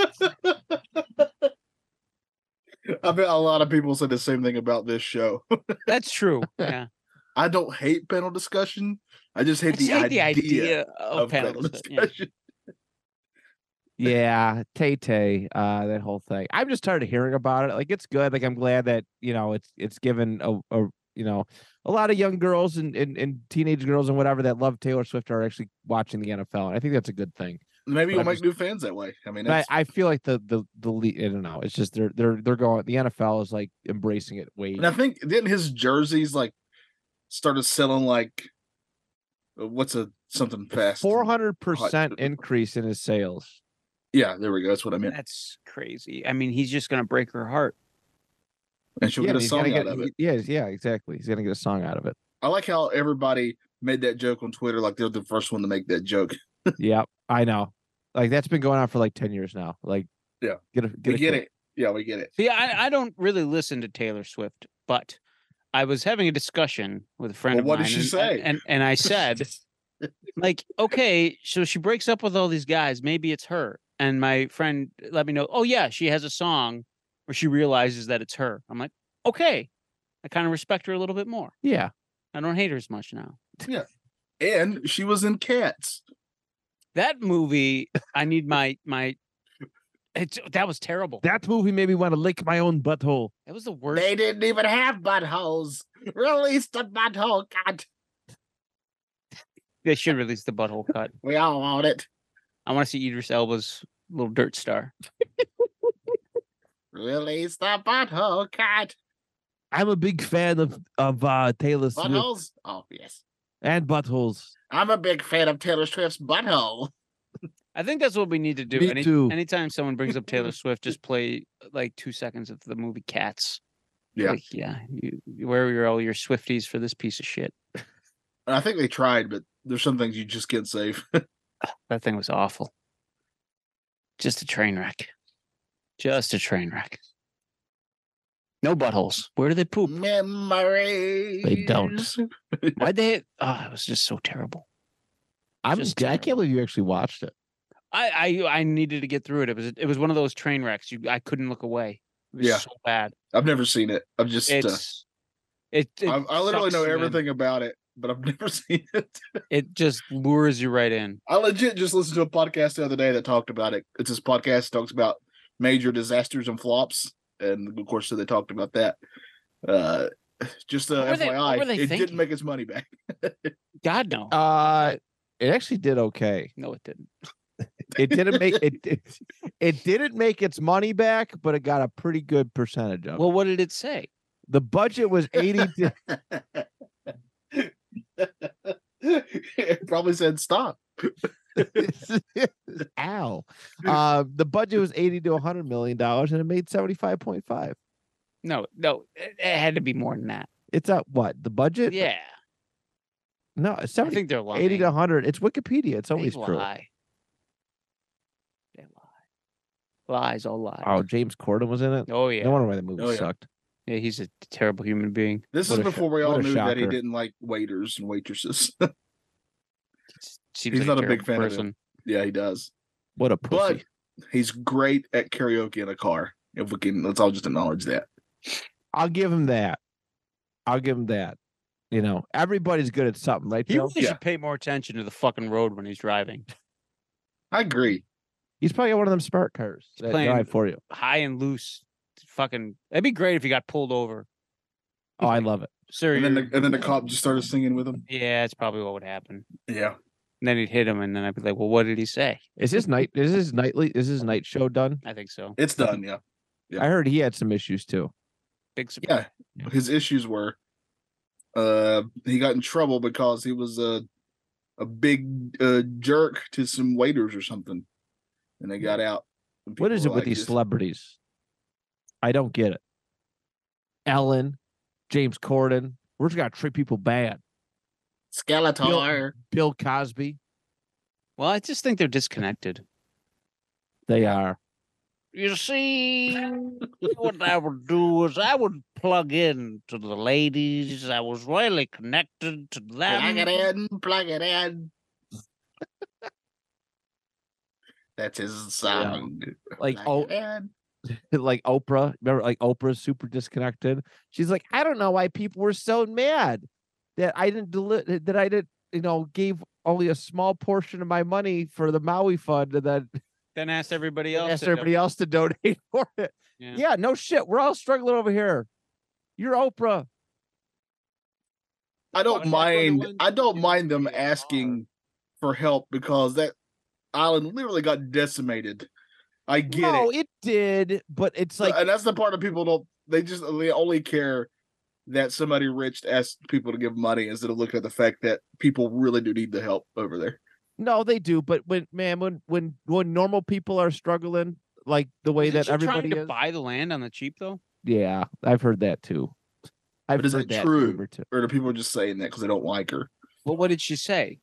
I bet a lot of people said the same thing about this show. That's true. Yeah. I don't hate panel discussion. I just I hate, just the, hate idea the idea of of panel, panel discussion. Yeah. discussion. Yeah, Tay Tay, uh, that whole thing. I'm just tired of hearing about it. Like it's good. Like I'm glad that you know it's it's given a, a you know a lot of young girls and, and and teenage girls and whatever that love Taylor Swift are actually watching the NFL, and I think that's a good thing. Maybe But you'll I'm make just- new fans that way. I mean, But that's, I, I feel like the the the lead, I don't know. It's just they're they're they're going. The NFL is like embracing it way. and I think didn't his jerseys like started selling like uh, what's a something fast? Four hundred percent increase in his sales. Yeah, there we go. That's what I meant. That's crazy. I mean, he's just gonna break her heart. And she'll yeah, get a he's gonna song get- out of it. Yeah, yeah, exactly. He's gonna get a song out of it. I like how everybody made that joke on Twitter. Like they're the first one to make that joke. yeah, I know. Like that's been going on for like ten years now. Like Yeah. get a, We a get clue. it. Yeah, we get it. See, I, I don't really listen to Taylor Swift, but I was having a discussion with a friend Well, of what mine. did she and, say? And, and I said, like, okay, so she breaks up with all these guys. Maybe it's her. And my friend let me know, oh, yeah, she has a song where she realizes that it's her. I'm like, okay. I kind of respect her a little bit more. Yeah. I don't hate her as much now. And she was in Cats. That movie, I need my, my, it's, that was terrible. That, That movie made me want to lick my own butthole. was the worst. They didn't even have buttholes. Release the butthole cut. They should release the butthole cut. We all want it. I want to see Idris Elba's little dirt star. Release the butthole cut. I'm a big fan of of uh, Taylor Swift Buttholes? Oh, yes. and buttholes. I'm a big fan of Taylor Swift's butthole. I think that's what we need to do. Me too. Anytime someone brings up Taylor Swift, just play like two seconds of the movie Cats. Yeah. Like, yeah. You, where were all your Swifties for this piece of shit? And I think they tried, but there's some things you just can't save. That thing was awful. Just a train wreck. Just a train wreck. No buttholes. Where do they poop? Memories. Mm. Why'd they? Oh, it was just so terrible. I'm Just just I can't terrible. believe you actually watched it. I, I I needed to get through it. It was it was one of those train wrecks. You I couldn't look away. It was Yeah. so bad. I've never seen it. I've just uh, It's it. it I, I literally sucks know you in. everything about it, but I've never seen it. It just lures you right in. I legit just listened to a podcast the other day that talked about it. It's this podcast that talks about major disasters and flops, and of course, so they talked about that. Uh, just uh, What were they- what FYI, were they it didn't thinking? make its money back. God no. Uh it actually did okay. no, it didn't. It didn't make it, it it didn't make its money back, but it got a pretty good percentage of it. Well, what did it say? The budget was 80 to- it probably said stop. ow. Uh the budget was 80 to 100 million dollars and it made 75.5. No, no, it, it had to be more than that. It's at what? The budget? Yeah, No, I 70 think they're lying. 80 to 100. It's Wikipedia. It's They always true. lie. They lie. Lies, all lies. Oh, James Corden was in it. Oh yeah, No wonder why the movie Oh, yeah. sucked. yeah. He's a terrible human being. This is What a sho- before we what all a knew that he shocker. didn't like waiters and waitresses. Just Seems He's like not a big terrible fan of it. person. yeah, he does. What a pussy. But he's great at karaoke in a car. If we can, let's all just acknowledge that. I'll give him that. I'll give him that. You know, everybody's good at something, right? He Bill? really Yeah. should pay more attention to the fucking road when he's driving. I agree. He's probably got one of them smart cars that playing- drive for you. High and loose. Fucking that'd be great if he got pulled over. Oh, I love it. Sir, And then the, you're- and then the cop just started singing with him. yeah, that's probably what would happen. Yeah. And then he'd hit him, and then I'd be like, "Well, what did he say?" Is his night? Is his nightly? Is his night show done? I think so. It's done. Yeah. Yeah. I heard he had some issues too. Big surprise. Yeah. His issues were uh he got in trouble because he was a a big uh jerk to some waiters or something. And they got out. And What people is it were with like, these "This- celebrities? I don't get it. Ellen, James Corden, we're just gonna treat people bad. Skeletor. Bill Cosby, Well, I just think they're disconnected. they are. You see, what I would do is I would plug in to the ladies. I was really connected to Plug it them. in. Plug it in. That's his song. Like plug oh, it in. like Oprah. Remember, like Oprah's super disconnected. She's like, I don't know why people were so mad that I didn't deli- that I didn't, you know, gave only a small portion of my money for the Maui fund and then Then asked everybody else. asked to do- everybody else to donate for it. Yeah. Yeah. no shit. We're all struggling over here. You're Oprah. I don't Well, mind. everyone I don't is mind them where they are. asking for help because that island literally got decimated. I get no, it, it. did, but it's So- like and that's the part of people don't. They just they only care that somebody rich asks people to give money instead of looking at the fact that people really do need the help over there. no, they do. But when man, when when when normal people are struggling like the way Isn't that she trying everybody to is, buy the land on the cheap though. yeah, I've heard that too. I've But is heard it that true? rumor too. Or the people are just saying that because they don't like her. Well, what did she say?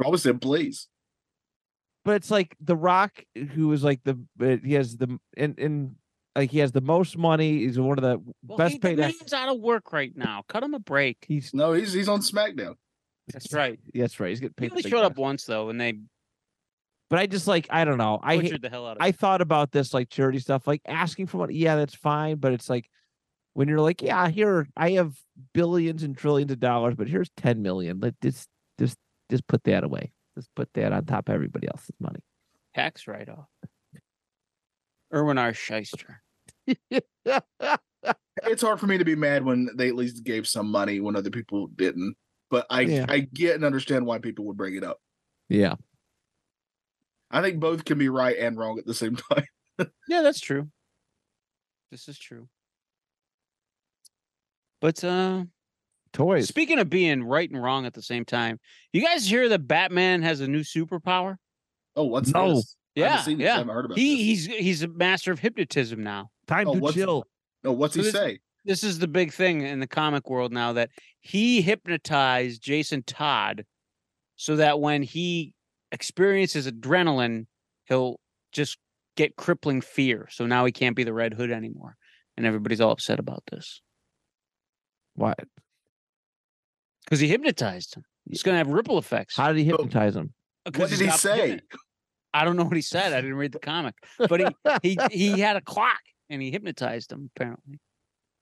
I always said please. but it's like the rock who is like the uh, he has the and and like he has the most money he's one of the Well, best he, the paid act- man's out of work right now. Cut him a break. he's No, he's he's on SmackDown. That's right. that's right he's getting He paid the only big showed up bucks. once though, and they but i just like i don't know i butchered hate- the hell out of. i thought about this like charity stuff like asking for money yeah that's fine but it's like when you're like yeah here i have billions and trillions of dollars but here's 10 million let just just just put that away just put that on top of everybody else's money tax write off. Erwin R. Shyster. It's hard for me to be mad when they at least gave some money when other people didn't. But I Yeah. I get and understand why people would bring it up. yeah I think both can be right and wrong at the same time. Yeah, that's true. This is true. But uh toys speaking of being right and wrong at the same time, you guys hear that Batman has a new superpower? Oh, what's No. this? I Yeah, haven't seen this. I yeah. haven't heard about He this. he's he's a master of hypnotism now. time Oh, to what's- chill No, what's so he this- say? This is the big thing in the comic world now that he hypnotized Jason Todd so that when he experiences adrenaline, he'll just get crippling fear. So now he can't be the Red Hood anymore. And everybody's all upset about this. what Because he hypnotized him. It's going to have ripple effects. how did he hypnotize him 'Cause What did he stopped say? doing it. I don't know what he said. I didn't read the comic, but he he he had a clock and he hypnotized him. Apparently,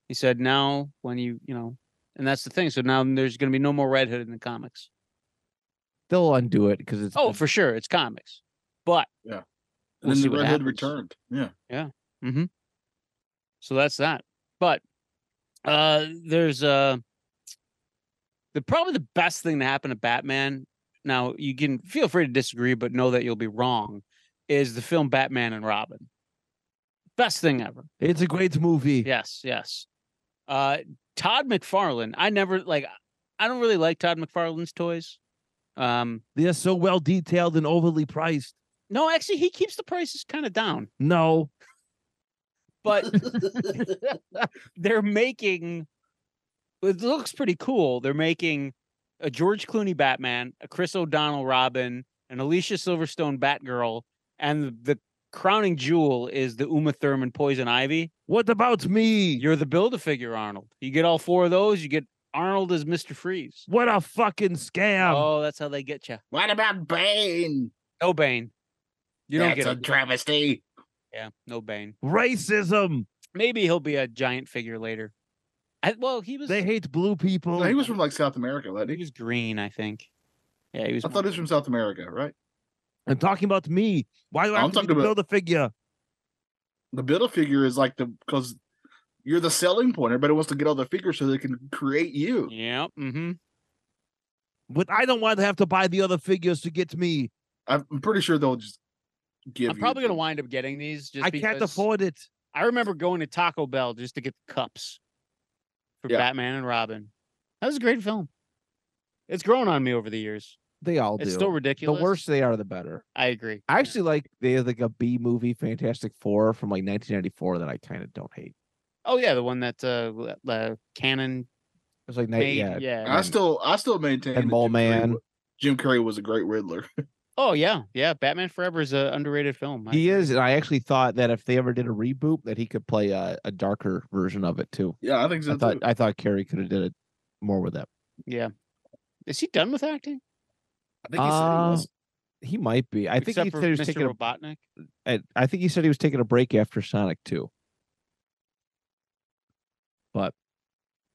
he said, "Now, when you you know," and that's the thing. So now there's going to be no more Red Hood in the comics. they'll undo it because it's Oh, been- for sure, it's comics. But And we'll then see the what Red Hood happens. returned. Yeah. so that's that. But uh there's uh the probably the best thing to happen to Batman. Now you can feel free to disagree, but know that you'll be wrong. Is the film Batman and Robin best thing ever? it's a great movie. Yes, yes. Uh Todd McFarlane. I never like I don't really like Todd McFarlane's toys. Um They're so well detailed and overly priced. no, actually he keeps the prices kind of down, No, but they're making it looks pretty cool. They're making a George Clooney Batman, a Chris O'Donnell Robin, an Alicia Silverstone Batgirl, and the, the crowning jewel is the Uma Thurman Poison Ivy. what about me? You're the build a figure Arnold. You get all four of those, you get Arnold as Mr. Freeze. What a fucking scam! oh, that's how they get you. What about Bane? No Bane. You don't That's get a it. travesty. Yeah, no Bane. Racism. Maybe he'll be a giant figure later. I, well, he was They hate blue people. No, he was from like South America, wasn't he he? was green, I think. Yeah, he was. I thought he was from South America, right? I'm talking about me. Why do I I'm have to talking be about- build a figure? The build a figure is like the because you're the selling point. Everybody wants to get all their figures so they can create you. Yeah. Mm-hmm. But I don't want to have to buy the other figures to get me. I'm I'm pretty sure they'll just give. I'm you probably the- gonna wind up getting these. Just I can't because- afford it. I remember going to Taco Bell just to get the cups for Yeah. Batman and Robin. That was a great film. It's grown on me over the years. They all do. It's still the ridiculous. worse they are, the better. I agree. I Yeah. actually like they have like a B movie, Fantastic Four from like 1994 that I kind of don't hate. Oh yeah, the one that uh, l- uh Cannon It's like night, made. yeah, Yeah. I still, I still maintain. and that Mole Jim Carrey Man. wa- Jim Carrey was a great Riddler. Oh yeah, yeah. Batman Forever is an underrated film. I He agree. is, and I actually thought that if they ever did a reboot, that he could play a, a darker version of it too. yeah, I think so. I thought too. I thought Carrie could have did it more with that. Yeah. Is he done with acting? I think he said he Uh, was. He might be. I think Except he for said he was Mr. taking a, Robotnik. I- I think he said he was taking a break after Sonic 2. But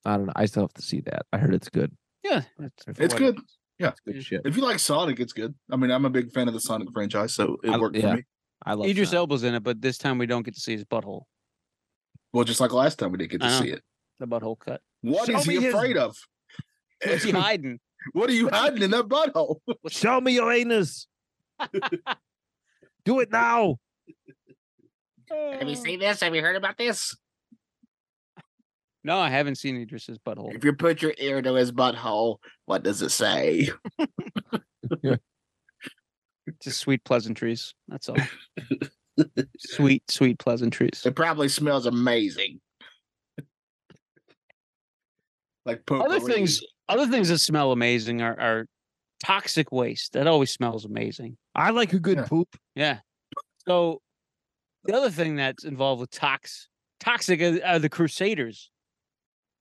I don't know. I still have to see that. I heard it's good. Yeah, that's- for It's what- good. It's good Yeah. shit. If you like Sonic, it's good. I mean, I'm a big fan of the Sonic franchise, so it I- worked yeah. for me. I love Idris Sonic. Elba's in it, but this time we don't get to see his butthole. Well, just like last time, we didn't get to I know. see it. The butthole cut. What Show is me he his- afraid of? What's he hiding? what are you hiding in that butthole? What's Show me your anus. Do it now. Have you seen this? Have you heard about this? No, I haven't seen Idris's butthole. If you put your ear to his butthole, What does it say? Just sweet pleasantries. That's all. sweet, sweet pleasantries. it probably smells amazing. Like Other potpourri. things, other things that smell amazing are, are toxic waste. That always smells amazing. I like a good Yeah. poop. Yeah. So the other thing that's involved with tox toxic are, are the Crusaders,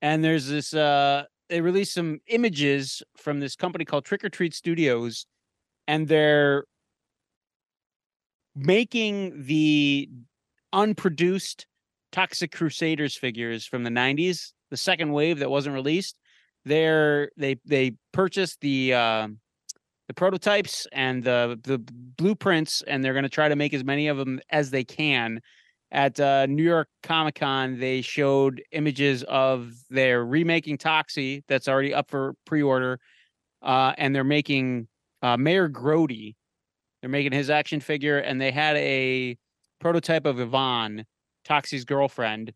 and there's this. uh They released some images from this company called Trick or Treat Studios, and they're making the unproduced Toxic Crusaders figures from the 90s, the second wave that wasn't released. They're they they purchased the um the prototypes and the the blueprints, and they're going to try to make as many of them as they can. At uh, New York Comic Con, they showed images of their remaking Toxie that's already up for pre-order, uh, and they're making uh, Mayor Grody. They're making his action figure, and they had a prototype of Yvonne, Toxie's girlfriend.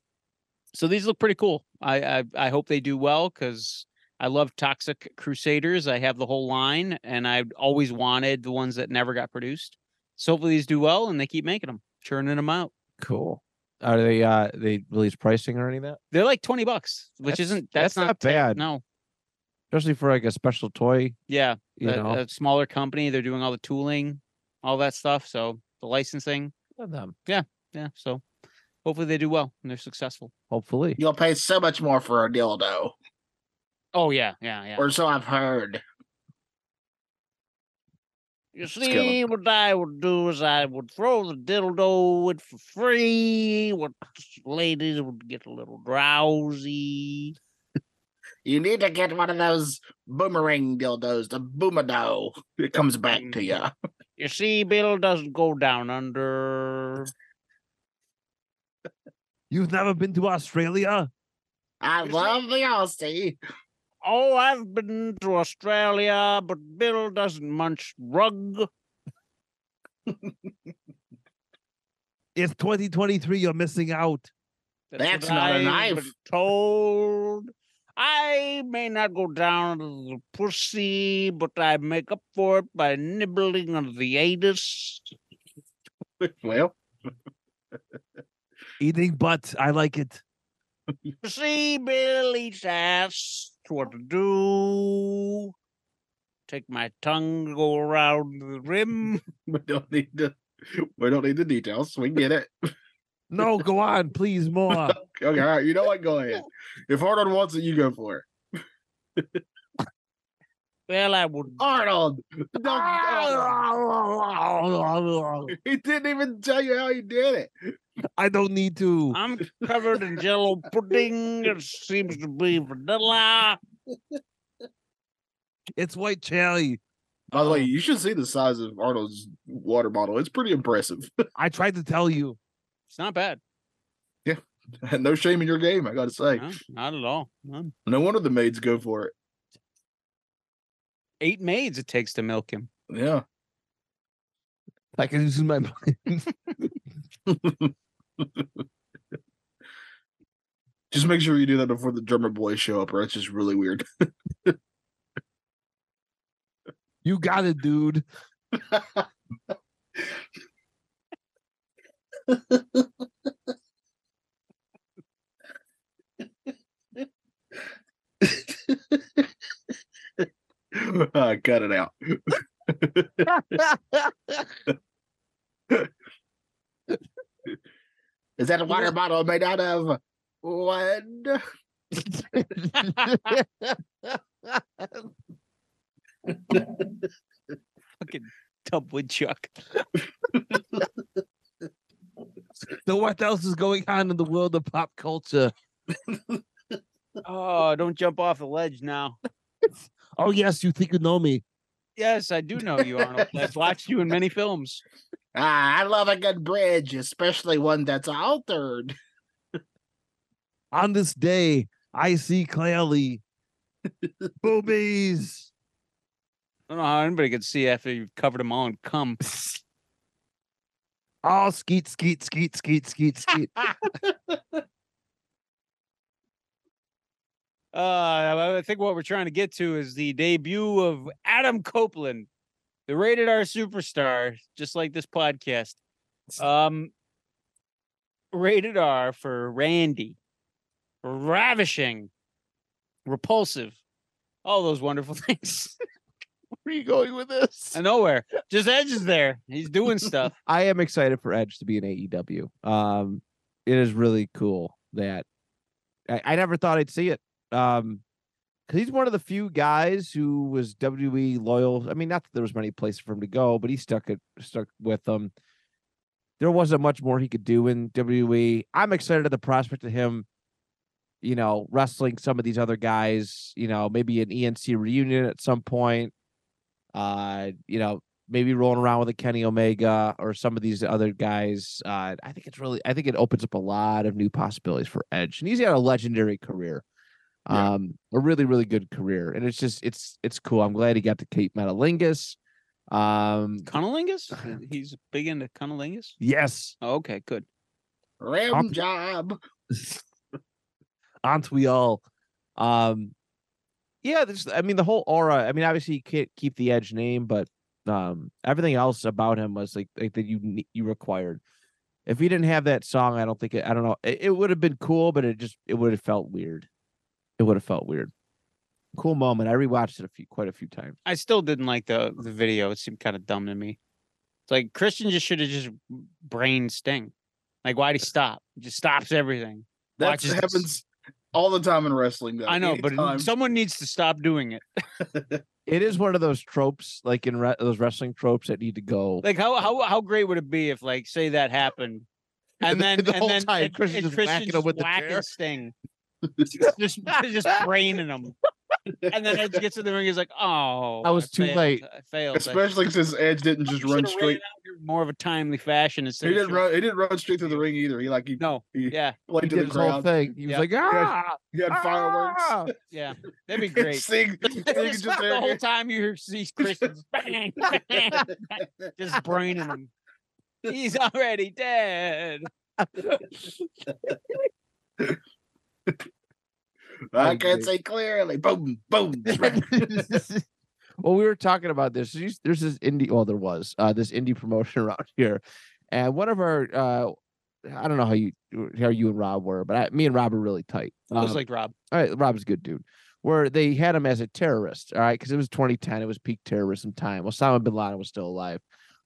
So these look pretty cool. I I, I hope they do well because I love Toxic Crusaders. I have the whole line, and I always wanted the ones that never got produced. So hopefully these do well, and they keep making them, churning them out. Cool. Are they uh they release pricing or any of that? They're like twenty bucks, which That's- isn't that's, that's not ter- bad. No, Especially for like a special toy, yeah, you a, know. a smaller company. They're doing all the tooling, all that stuff. So the licensing, Love them. yeah. So hopefully they do well and they're successful. Hopefully. You'll pay so much more for a dildo, Oh yeah, yeah, yeah. or so I've heard. You Let's go. see, what I would do is I would throw the dildo in for free. What ladies would get a little drowsy. You need to get one of those boomerang dildos, the boomado. It comes back to you. You see, Bill doesn't go down under. You've never been to Australia? I Is it- love the Aussie. Oh, I've been to Australia, but Bill doesn't munch rug. It's 2023, you're missing out. That's what not a I've knife. been Told I may not go down to the pussy, but I make up for it by nibbling on the anus. Well, Eating butt. I like it. You see, Billy's ass. What to do? Take my tongue, go around the rim. we don't need to. We don't need the details. We get it. No, go on, please, more. Okay, all right. You know what? Go ahead. If Hardon wants it, you go for it. Well, I would. Arnold. oh, The dog- Ah! Arnold. He didn't even tell you how he did it. I don't need to. I'm covered in jello pudding. It seems to be vanilla. It's white chili. By the way, you should see the size of Arnold's water bottle. It's pretty impressive. I tried to tell you. It's not bad. no shame in your game, I gotta say. No, not at all. None. No wonder the maids go for it. Eight maids it takes to milk him. Yeah. I can use my Just make sure you do that before the drummer boys show up, or it's just really weird. You got it, dude. uh, cut it out. Is that a water bottle made out of wood? Tub woodchuck. so what else is going on in the world of pop culture? Oh, don't jump off the ledge now. Oh yes, you think you know me. Yes, I do know you, Arnold. I've watched you in many films. Ah, I love a good bridge, especially one that's altered. On this day, I see clearly boobies. I don't know how anybody could see after you've covered them all in cum. Oh, skeet, skeet, skeet, skeet, skeet, skeet. Uh, I I think what we're trying to get to is the debut of Adam Copeland, the rated R superstar, just like this podcast. Um, rated R for Randy, ravishing, repulsive, all those wonderful things. Where are you going with this? And nowhere, just Edge is there. He's doing stuff. I am excited for Edge to be in AEW. Um, it is really cool that I, I never thought I'd see it. Um, because he's one of the few guys who was WWE loyal. I mean, not that there was many places for him to go, but he stuck it stuck with them. There wasn't much more he could do in WWE. I'm excited at the prospect of him, you know, wrestling some of these other guys. You know, maybe an ENC reunion at some point. Uh, you know, maybe rolling around with a Kenny Omega or some of these other guys. Uh, I think it's really, I think it opens up a lot of new possibilities for Edge, and he's got a legendary career, Yeah. um, a really, really good career, and it's just, it's, it's cool. I'm glad he got to keep Metalingus. Um, Cunnilingus? He's big into cunnilingus. yes, Oh, okay, good. Rim Alt- job. aren't we all? Um, yeah, this, I mean, the whole aura. I mean, obviously, you can't keep the Edge name, but um, everything else about him was like, like that you ne- you required. If he didn't have that song, I don't think it, I don't know. It, it would have been cool, but it just it would have felt weird. It would have felt weird. Cool moment. I rewatched it a few quite a few times. I still didn't like the the video. It seemed kind of dumb to me. It's like Christian just should have just brain Sting. Like, why'd he stop? He just stops everything. That Watches- happens all the time in wrestling. Though. I know, but Anytime. it- someone needs to stop doing it. It is one of those tropes, like in re- those wrestling tropes that need to go. Like, how how how great would it be if, like, say that happened, and And then then the and whole then time and, Christian's and just whacking Christian's him with the whacking chair. Sting, just just braining him, and then Edge gets in the ring. He's like, "Oh, I was too failed. late." I failed." I especially since Edge didn't just should've run ran straight. it out in more of a timely fashion He instead. of didn't short- run. He didn't run straight to the ring either. He like he No, he yeah, He played to did the his whole crowd. thing. He was Yeah. like, ah, He had fireworks. ah." yeah, that'd be And great. Sting, Sting It's just not the there. whole time you hear see Christian bang, bang, bang, just braining him. He's already dead. I I can't see clearly. Boom, boom. smack. well, we were talking about this. There's used- there's this indie. Well, there was uh, this indie promotion around here, and one of our. Uh, I don't know how you how you and Rob were, but I, me and Rob are really tight. I was Um, like Rob. all right, Rob's a good dude. Where they had him as a terrorist, all right, because it was 2010, it was peak terrorism time. Osama bin Laden was still alive,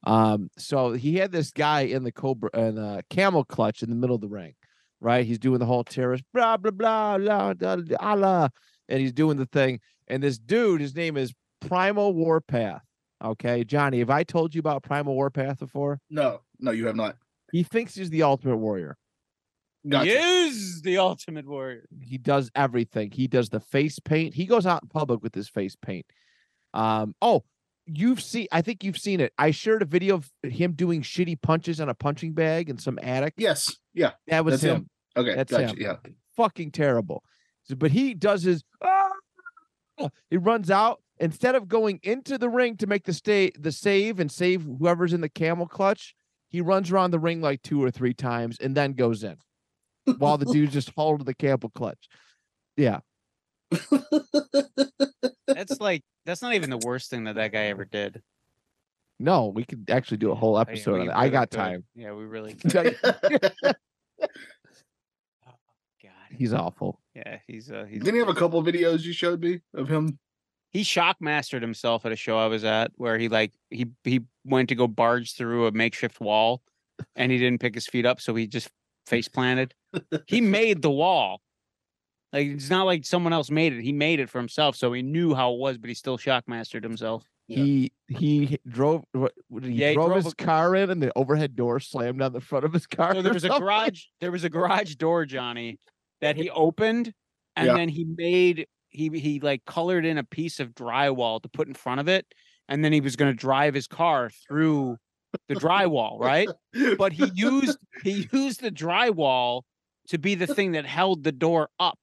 um, so he had this guy in the cobra in the camel clutch in the middle of the ring, right? He's doing the whole terrorist blah blah blah blah blah, blah, blah and he's doing the thing, and this dude, his name is Primal Warpath. Okay, Johnny, have I told you about Primal Warpath before? No, no, you have not. He thinks he's the Ultimate Warrior. Gotcha. He is the ultimate warrior. He does everything. He does the face paint. He goes out in public with his face paint. Um. Oh, you've seen. I think you've seen it. I shared a video of him doing shitty punches on a punching bag in some attic. Yes. Yeah. That was that's him. him. Okay. That's gotcha. him. Yeah. fucking terrible. So- But he does his. "Ah!" He runs out instead of going into the ring to make the stay the save and save whoever's in the camel clutch. He runs around the ring like two or three times and then goes in, while the dude's just hauled to the camel clutch. Yeah, That's like that's not even the worst thing that that guy ever did. no, we could actually do a whole I mean, episode we on it. I really got could. time. Yeah, we really. could. God, He's awful. yeah, he's uh, he's. Didn't he have a couple videos you showed me of him? he shock mastered himself at a show I was at where he like he he went to go barge through a makeshift wall and he didn't pick his feet up, so he just face planted. he made the wall. Like it's not like someone else made it. He made it for himself, so he knew how it was, but he still shock mastered himself. Yeah. He he drove what- what- he Yeah, he drove, drove his a- car in and the overhead door slammed on the front of his car. So or there was a something. garage there was a garage door, Johnny, that he opened and Yeah. then he made he he like colored in a piece of drywall to put in front of it and then he was going to drive his car through the drywall, right? but he used he used the drywall to be the thing that held the door up,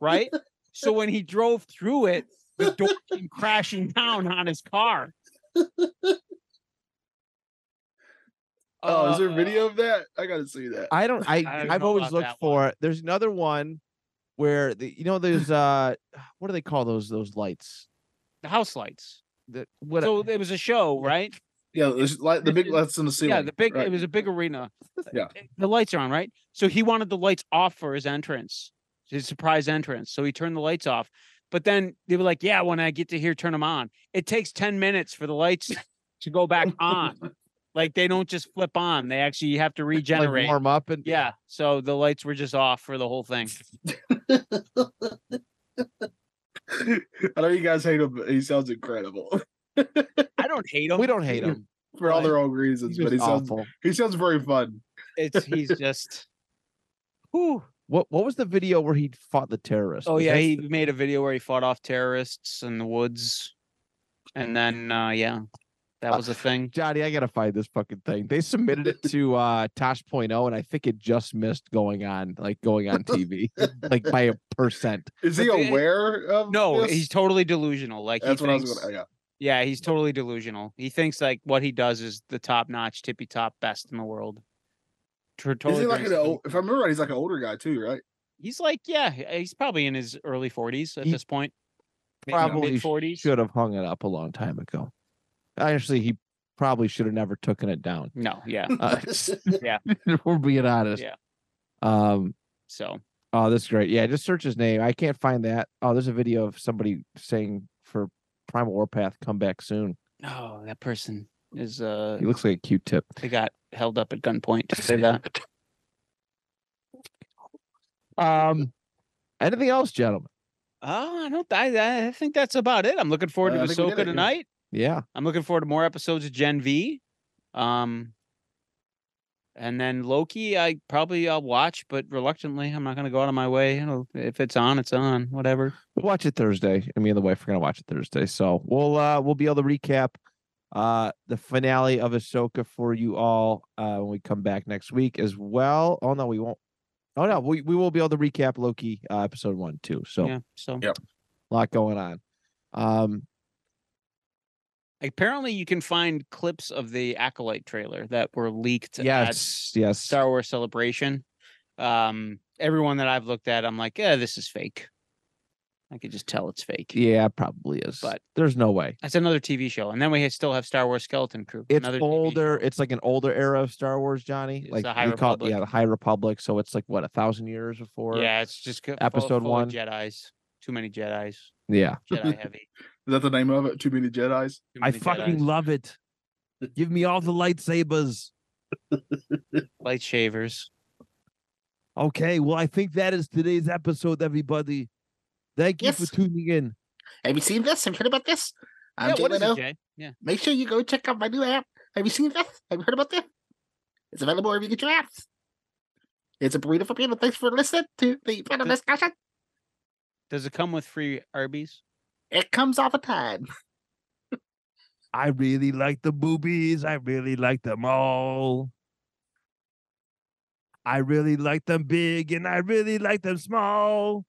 right? So when he drove through it, the door came crashing down on his car. oh, is there a Uh, video of that? I gotta see that. I don't. I, I don't I've know always about looked that for. There's another one where the you know there's uh what do they call those those lights? The house lights. That what so it was a show, right? yeah, there's like the big lights in the ceiling. Yeah, the big right? it was a big arena. Uh, Yeah. The lights are on, right? So he wanted the lights off for his entrance, his surprise entrance. So he turned the lights off. But then they were like, "Yeah, when I get to here, turn them on." It takes 10 minutes for the lights to go back on. like they don't just flip on. They actually have to like regenerate. warm up and yeah. So the lights were just off for the whole thing. I know you guys hate him, but he sounds incredible I don't hate him. we don't hate him. for all the wrong reasons. He's But he just sounds awful. he sounds very fun. It's he's just whew. What what was the video where he fought the terrorists? Oh Was yeah, that- he made a video where he fought off terrorists in the woods, and then uh, yeah, that Uh, was a thing. Johnny, I gotta find this fucking thing. They submitted it to uh Tosh.0 and I think it just missed going on, like going on TV, like by a percent. Is But he the- aware of? No, this? he's totally delusional. Like That's he what I was thinks- going. to Yeah, he's totally delusional. He thinks like what he does is the top notch, tippy top, best in the world. Tr- Yeah. Is totally he like brings an the- old, if I remember right, he's like an older guy too, right? he's like yeah, he's probably in his early forties at He this point. probably mid forties. Should have hung it up a long time ago. Actually, he probably should have never taken it down. No, yeah. Uh, Yeah. if we're being honest. Yeah. Um. So Oh, that's great. Yeah, just search his name. I can't find that. Oh, there's a video of somebody saying for Primal Warpath, come back soon. no, Oh, that person is uh He looks like a Q-tip. they got held up at gunpoint. Say that. Um, anything else, gentlemen? Oh, I don't. I, I think that's about it. I'm looking forward Uh, I to think we did it, Ahsoka yeah. tonight. Yeah, I'm looking forward to more episodes of Gen V. Um, and then Loki, I probably I'll watch, but reluctantly. I'm not going to go out of my way. You know, if it's on, it's on. Whatever. we'll watch it Thursday. I mean, the wife are gonna watch it Thursday, so we'll uh we'll be able to recap uh the finale of Ahsoka for you all uh when we come back next week as well. Oh no, we won't. Oh no, we, we will be able to recap Loki uh, episode one too. So Yeah. So Yeah. lot going on. Um, apparently, you can find clips of the acolyte trailer that were leaked. yes, yes. At Star Wars Celebration. Um, everyone that I've looked at, I'm like, yeah, this is fake. I could just tell it's fake. Yeah, it probably is. But- there's no way. That's another TV show, and then we still have Star Wars Skeleton Crew. It's another TV older. show. It's like an older era of Star Wars, Johnny. It's like the High we call it- Republic. yeah, the High Republic. So it's like what a thousand years before. yeah, it's just co- full- episode full one. of Jedi's. Too many Jedi's. yeah. Jedi heavy. Is that the name of it? Too many Jedi's. Too I many fucking Jedis. love it. Give me all the lightsabers. light shavers. Okay, well, I think that is today's episode, everybody. Thank you Yes. for tuning in. Have you seen this? Have you heard about this? I'm yeah, Jay what is Leno. it, Jay? Yeah. Make sure you go check out my new app. Have you seen this? Have you heard about this? It's available wherever you get your apps. It's a burrito for people. Thanks for listening to the panel Does- discussion. Does it come with free Arby's? It comes all the time. I really like the boobies. I really like them all. I really like them big and I really like them small.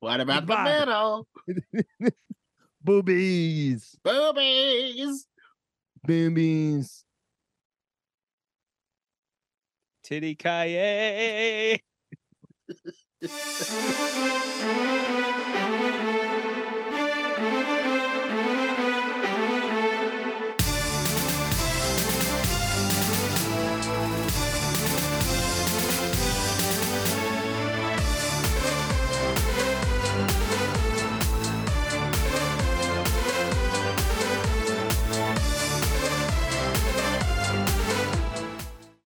What about the Goodbye. middle? Boobies. Boobies. Boobies. Titty Kaye.